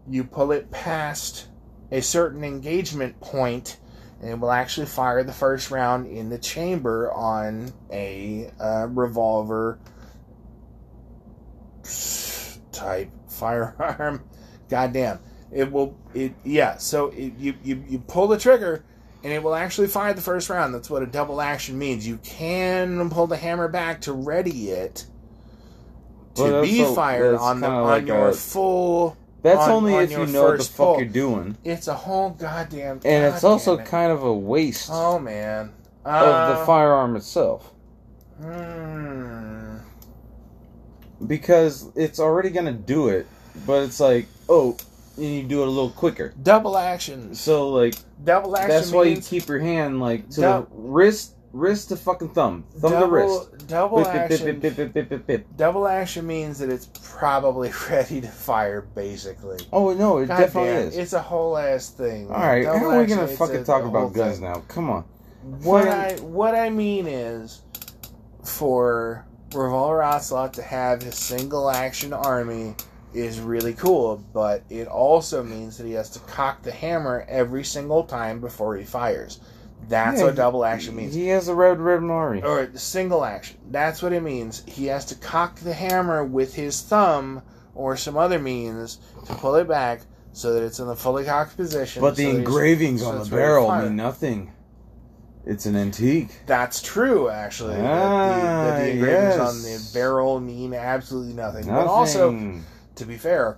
A: you pull it past a certain engagement point and it will actually fire the first round in the chamber on a uh, revolver type firearm. Goddamn, it will. It yeah. So it, you you you pull the trigger, and it will actually fire the first round. That's what a double action means. You can pull the hammer back to ready it to
B: Well, that's
A: be
B: a-
A: fired
B: that's
A: on the
B: kinda
A: on
B: like
A: your
B: a-
A: full.
B: That's
A: on-
B: only
A: on
B: if you
A: your
B: know what the
A: first
B: fuck
A: pull.
B: you're doing.
A: It's a whole goddamn.
B: And it's also
A: goddamn it.
B: kind of a waste
A: Oh man. Uh,
B: of the firearm itself.
A: Mm,
B: Because it's already going to do it, but it's like, oh, and you do it a little quicker.
A: double actions.
B: So, like,
A: Double action.
B: that's why you
A: means
B: keep your hand, like, to
A: Dou-
B: the wrist, wrist to fucking thumb. Thumb
A: double,
B: to wrist.
A: Double
B: Bip, bip, bip,
A: action.
B: bip, bip, bip, bip, bip.
A: Double action means that it's probably ready to fire, basically.
B: Oh, no, it
A: God
B: definitely
A: damn,
B: is.
A: It's a whole ass thing.
B: All right,
A: Double
B: how are we
A: action,
B: gonna
A: it's
B: fucking
A: a-
B: talk
A: the whole
B: about guns
A: thing.
B: now? Come on.
A: What I
B: Fucking-
A: what I mean is, for Revolver Ocelot to have his single action army is really cool, but it also means that he has to cock the hammer every single time before he fires. That's
B: Yeah,
A: what double action means.
B: He has a red red Mari.
A: or single action. That's what it means. He has to cock the hammer with his thumb or some other means to pull it back so that it's in the fully cocked position.
B: But the
A: so that he's-
B: engravings
A: so
B: on the
A: it's ready to
B: barrel
A: fire.
B: mean nothing. It's an antique.
A: That's true, actually. that the, that
B: Ah,
A: the engravings on
B: yes.
A: the barrel mean absolutely nothing.
B: Nothing.
A: But also, to be fair,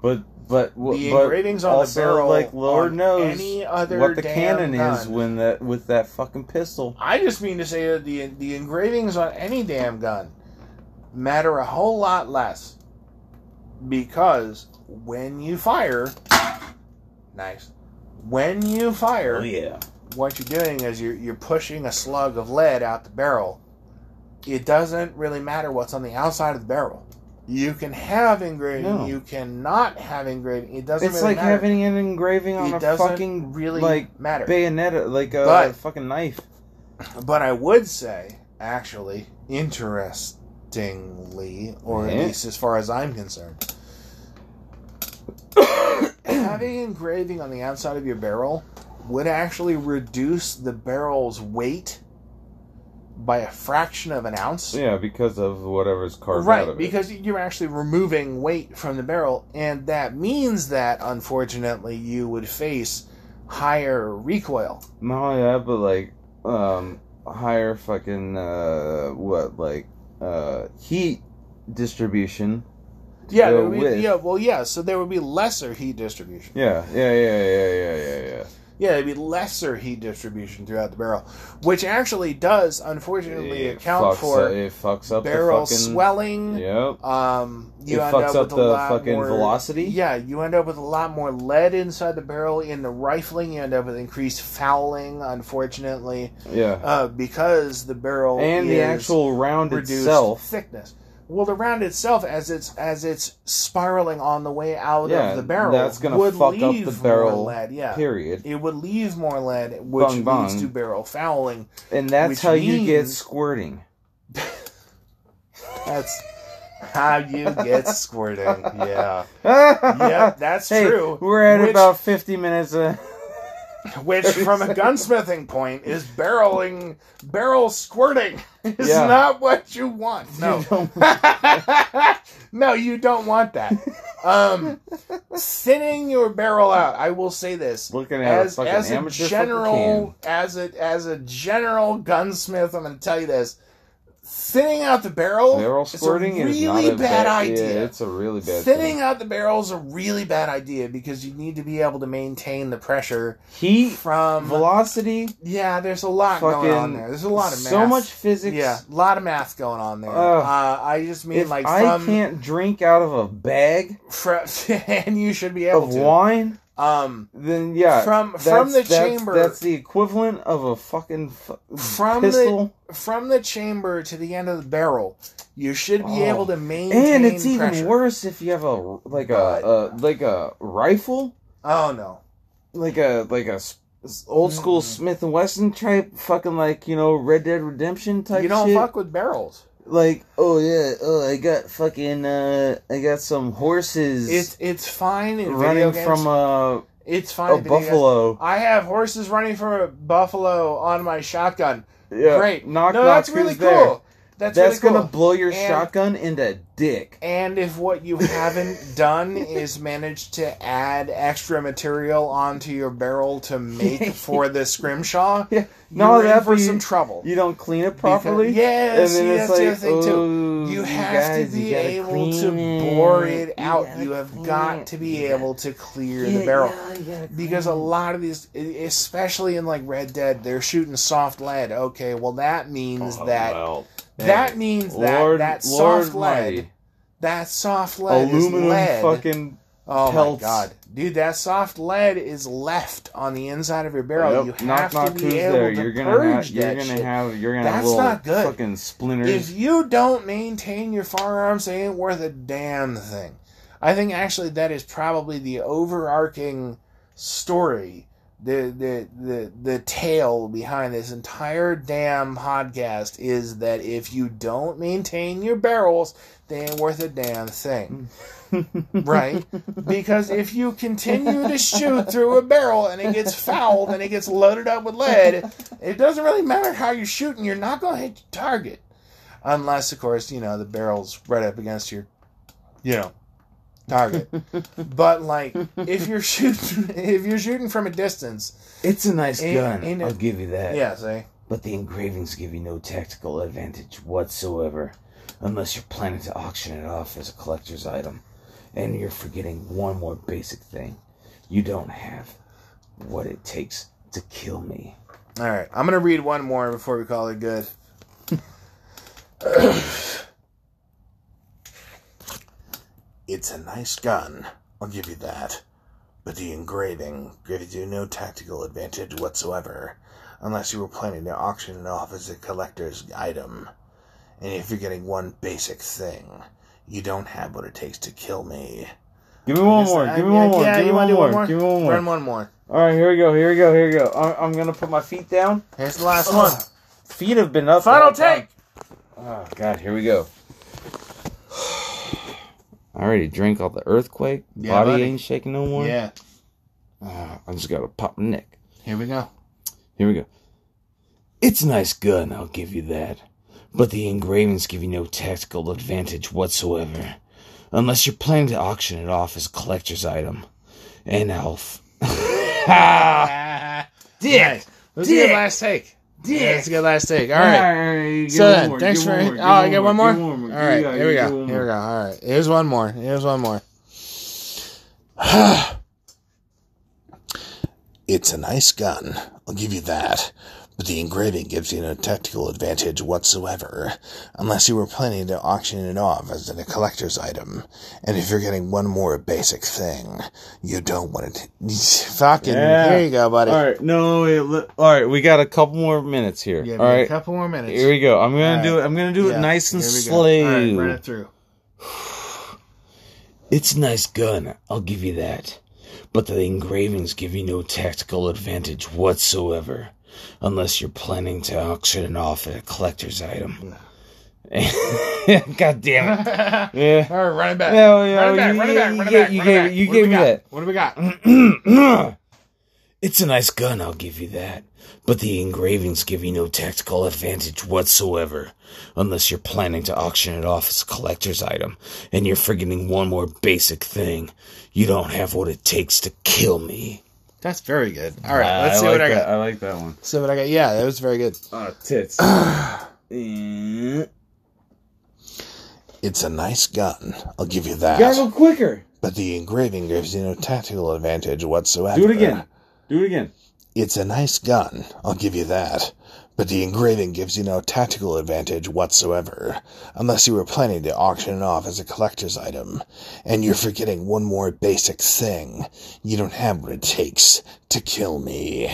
B: but but
A: the
B: w- but
A: engravings on
B: also,
A: the barrel,
B: like Lord
A: on
B: knows
A: any other
B: what the
A: damn
B: cannon is
A: gun-
B: when that with that fucking pistol.
A: I just mean to say that the the engravings on any damn gun matter a whole lot less because when you fire, nice. When you fire,
B: Oh, yeah.
A: what you're doing is you're you're pushing a slug of lead out the barrel. It doesn't really matter what's on the outside of the barrel. You can have engraving,
B: No.
A: you cannot have engraving. It doesn't
B: It's
A: really
B: like
A: matter.
B: having an engraving on
A: it
B: a
A: doesn't
B: fucking
A: really
B: like
A: matter.
B: bayonetta, like a
A: But-
B: fucking knife.
A: But I would say, actually, interestingly, or
B: Yeah.
A: at least as far as I'm concerned, having engraving on the outside of your barrel would actually reduce the barrel's weight by a fraction of an ounce.
B: Yeah, because of whatever's carved out
A: Right,
B: of it.
A: because you're actually removing weight from the barrel, and that means that, unfortunately, you would face higher recoil.
B: Not only that, but like um, higher fucking uh what like uh heat distribution.
A: Yeah,
B: Go
A: there would be-
B: with-
A: yeah, well, yeah. So there would be lesser heat distribution.
B: Yeah, yeah, yeah, yeah, yeah, yeah, yeah.
A: Yeah, it'd be lesser heat distribution throughout the barrel, which actually does, unfortunately,
B: It
A: account
B: fucks
A: for
B: up, it fucks up
A: barrel
B: the fucking,
A: swelling.
B: Yep.
A: Um, you
B: It
A: end
B: fucks
A: up,
B: up
A: with a
B: the
A: lot
B: fucking
A: more-
B: velocity?
A: Yeah, you end up with a lot more lead inside the barrel in the rifling. You end up with increased fouling, unfortunately,
B: Yeah.
A: uh, because the barrel
B: and
A: is
B: the actual round
A: reduced
B: itself.
A: thickness. Well, the round itself, as it's as it's spiraling on the way out
B: Yeah,
A: of the barrel,
B: that's gonna
A: would
B: fuck up the
A: leave
B: barrel,
A: More lead, yeah,
B: Period.
A: it would leave more lead, which
B: Bung, bung.
A: leads to barrel fouling.
B: And that's
A: Which
B: how you get
A: means-
B: squirting.
A: That's how you get squirting. Yeah,
B: yeah,
A: yep, that's
B: hey,
A: true.
B: We're at
A: which,
B: about 50 minutes. Of...
A: which, from a gunsmithing point, is barreling, barrel squirting. Is
B: Yeah.
A: not what you want. No, no, you don't want that. Um, thinning your barrel out. I will say this.
B: Looking at
A: As,
B: a fucking
A: as a
B: amateur fucking
A: general
B: can.
A: as a as a general gunsmith, I'm going to tell you this: thinning out the barrel,
B: Barrel
A: is Oh, a
B: squirting
A: really
B: is not a
A: bad,
B: bad
A: idea.
B: Yeah, it's a really bad
A: Thinning
B: thing.
A: out the barrel is a really bad idea because you need to be able to maintain the pressure
B: Heat,
A: from.
B: velocity,
A: yeah, there's a lot
B: fucking.
A: going on there. There's a lot of math.
B: So much physics.
A: Yeah, a lot of math going on there.
B: Ugh.
A: Uh, I just mean
B: If
A: like
B: I
A: from,
B: can't drink out of a bag
A: fro- and you should be able
B: of
A: to.
B: wine,
A: Um,
B: then yeah,
A: From-
B: that's-
A: from the
B: that's-
A: chamber-
B: That's the equivalent of a fucking fu-
A: From the-
B: pistol,
A: from the chamber to the end of the barrel, you should be
B: Oh.
A: able to maintain.
B: and it's even
A: pressure.
B: worse if you have a like
A: But-
B: a, a like a rifle,
A: Oh no!
B: like a like a s- s- old school
A: Mm.
B: Smith and Wesson type, fucking like you know Red Dead Redemption type.
A: You don't
B: shit.
A: fuck with barrels.
B: like oh yeah, oh I got fucking uh I got some horses
A: It's it's fine in video
B: running
A: games.
B: from uh, a,
A: it's fine.
B: a
A: in video games.
B: buffalo.
A: I have horses running from a buffalo on my shotgun.
B: Yeah,
A: Great.
B: knock
A: no,
B: knock.
A: that's really
B: who's
A: cool.
B: there?
A: That's,
B: That's
A: really cool.
B: gonna blow your
A: And-
B: shotgun into dick.
A: and if what you haven't done is managed to add extra material onto your barrel to make for the scrimshaw,
B: Yeah.
A: no,
B: No,
A: you're in
B: that
A: for
B: be-
A: some trouble.
B: You don't clean it properly.
A: Because- yes, see, that's the other thing, too.
B: "Ooh,
A: you have
B: guys,
A: to be
B: oh, you gotta
A: able
B: clean
A: to bore it
B: You
A: out.
B: gotta
A: You have
B: clean
A: got
B: it.
A: to be
B: You
A: able to clear
B: gotta-
A: the barrel.
B: yeah, you gotta
A: Because a
B: clean it.
A: lot of these, e, especially in like Red Dead, they're shooting soft lead. Okay, well that means
B: Oh,
A: that
B: well,
A: that
B: hey,
A: means that that soft lead,
B: mighty,
A: that soft lead
B: aluminum
A: is lead.
B: fucking
A: oh
B: pelts.
A: my god, dude, that soft lead is left on the inside of your barrel.
B: Yep,
A: You
B: knock
A: have
B: knock
A: to
B: who's
A: be able
B: there.
A: to
B: You're gonna
A: purge
B: have you're
A: that
B: gonna
A: shit.
B: have you're gonna have
A: That's
B: little
A: not good.
B: fucking splinters.
A: If you don't maintain your firearms, they ain't worth a damn thing. I think actually that is probably the overarching story, the the the the tale behind this entire damn podcast is that if you don't maintain your barrels, they ain't worth a damn thing. right? Because if you continue to shoot through a barrel and it gets fouled and it gets loaded up with lead, it doesn't really matter how you're shooting, you're not going to hit your target unless of course you know the barrel's right up against your you know target but like if you're shooting if you're shooting from a distance
F: It's a nice
A: Ain't-
F: gun.
A: ain't it-
F: I'll give you that.
A: yeah see
F: But the engravings give you no tactical advantage whatsoever, unless you're planning to auction it off as a collector's item. And you're forgetting one more basic thing you don't have what it takes to kill me.
A: all right i'm gonna read one more before we call it good it's a nice gun i'll give you that but the engraving gives you no tactical advantage whatsoever unless you were planning to auction it off as a collector's item. And if you're getting one basic thing, you don't have what it takes to kill me.
B: give me one
A: Yes,
B: more.
A: I-
B: Give me
A: yeah,
B: one more.
A: yeah,
B: give me
A: you wanna
B: one
A: do
B: more. Give me one more.
A: Run one more.
B: All right, here we go. Here we go. Here we go. I- I'm gonna put my feet down.
A: Here's the last one.
B: Feet have been up. the
A: Final
B: whole time.
A: take.
B: Oh God, here we go. I already drank all the earthquake.
A: Yeah,
B: Body
A: buddy.
B: ain't shaking no more.
A: Yeah,
B: Ah, I just gotta pop my neck.
A: here we go.
B: Here we go.
F: It's a nice gun, I'll give you that. But the engravings give you no tactical advantage whatsoever, unless you're planning to auction it off as a collector's item. And I'll. F-
A: Dick. Nice. This is your last take. Yeah, it's a good last take. All right.
G: right.
A: So then, thanks for. Oh, I got one more. All right, here we go. Here we go. All right, here's one more. Here's one more.
H: It's a nice gun, I'll give you that. But the engraving gives you no tactical advantage whatsoever, unless you were planning to auction it off as a collector's item. And if you're getting one more basic thing, you don't want it.
A: Fucking.
G: Yeah.
A: There you go, buddy.
G: All right, no, wait, li- all right, we got a couple more minutes here.
A: Give me
G: all
A: a
G: right,
A: couple more minutes.
G: here we go. I'm gonna
A: All
G: do
A: right.
G: it. I'm gonna do
A: Yeah,
G: it nice and
A: here we go.
G: slow.
A: All right, run it through.
B: It's a nice gun, I'll give you that. But the engravings give you no tactical advantage whatsoever, unless you're planning to auction it off at a collector's item. God damn it.
G: Yeah.
A: All right, run it back.
G: Yeah, yeah,
A: run it back. Run
G: you-
A: it back.
G: you
A: Run it
G: gave-
A: back. run
G: you
A: it back.
G: gave- you
A: What do
G: gave
A: we
G: me
A: got?
G: that.
A: What do we got?
B: It's a nice gun, I'll give you that. But the engravings give you no tactical advantage whatsoever, unless you're planning to auction it off as a collector's item, and you're forgetting one more basic thing. You don't have what it takes to kill me.
A: That's very good. All right,
G: I-
A: let's
G: Uh, I
A: see
G: like
A: what I
G: that.
A: got.
G: I like that one.
A: See what I got. Yeah, that was very good.
G: Ah, tits. Mm.
H: It's a nice gun, I'll give you that.
G: Gotta go quicker.
H: But the engraving gives you no tactical advantage whatsoever.
G: Do it again. Do it again.
H: It's a nice gun, I'll give you that. But the engraving gives you no tactical advantage whatsoever, unless you were planning to auction it off as a collector's item. And you're forgetting one more basic thing. You don't have what it takes to kill me.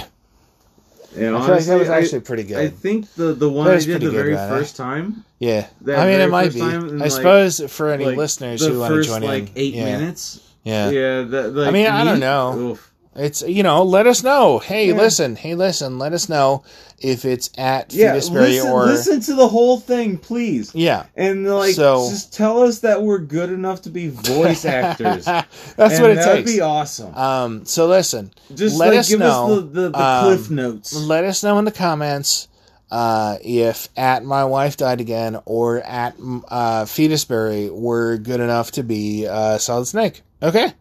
G: And
A: I feel like
G: honestly,
A: that was actually pretty good.
G: I think the the one
A: That
G: I
A: was
G: did
A: pretty
G: the
A: good,
G: very
A: Ryan.
G: first time,
A: yeah,
G: that
A: I mean it
G: very
A: might
G: first
A: be. I
G: time in, like-
A: suppose for any
G: like,
A: listeners
G: the
A: who want to
G: first,
A: join
G: like
A: in,
G: eight
A: yeah,
G: minutes.
A: Yeah.
G: Yeah, that, like,
A: I mean, I
G: me-
A: don't know.
G: Oof.
A: It's you know, let us know. Hey, listen, hey, listen, let us know if it's at
G: Yeah,
A: Fetusberry
G: listen,
A: or
G: listen to the whole thing, please.
A: yeah.
G: And like,
A: So-
G: just tell us that we're good enough to be voice actors.
A: That's
G: And
A: what it
G: that'd
A: takes.
G: be awesome.
A: Um, so listen,
G: Just
A: let
G: like,
A: us
G: give
A: know.
G: us the, the, the
A: um,
G: cliff notes.
A: Let us know in the comments uh, if at my wife died again or at mm, uh, fetusberry were good enough to be uh, solid snake. Okay.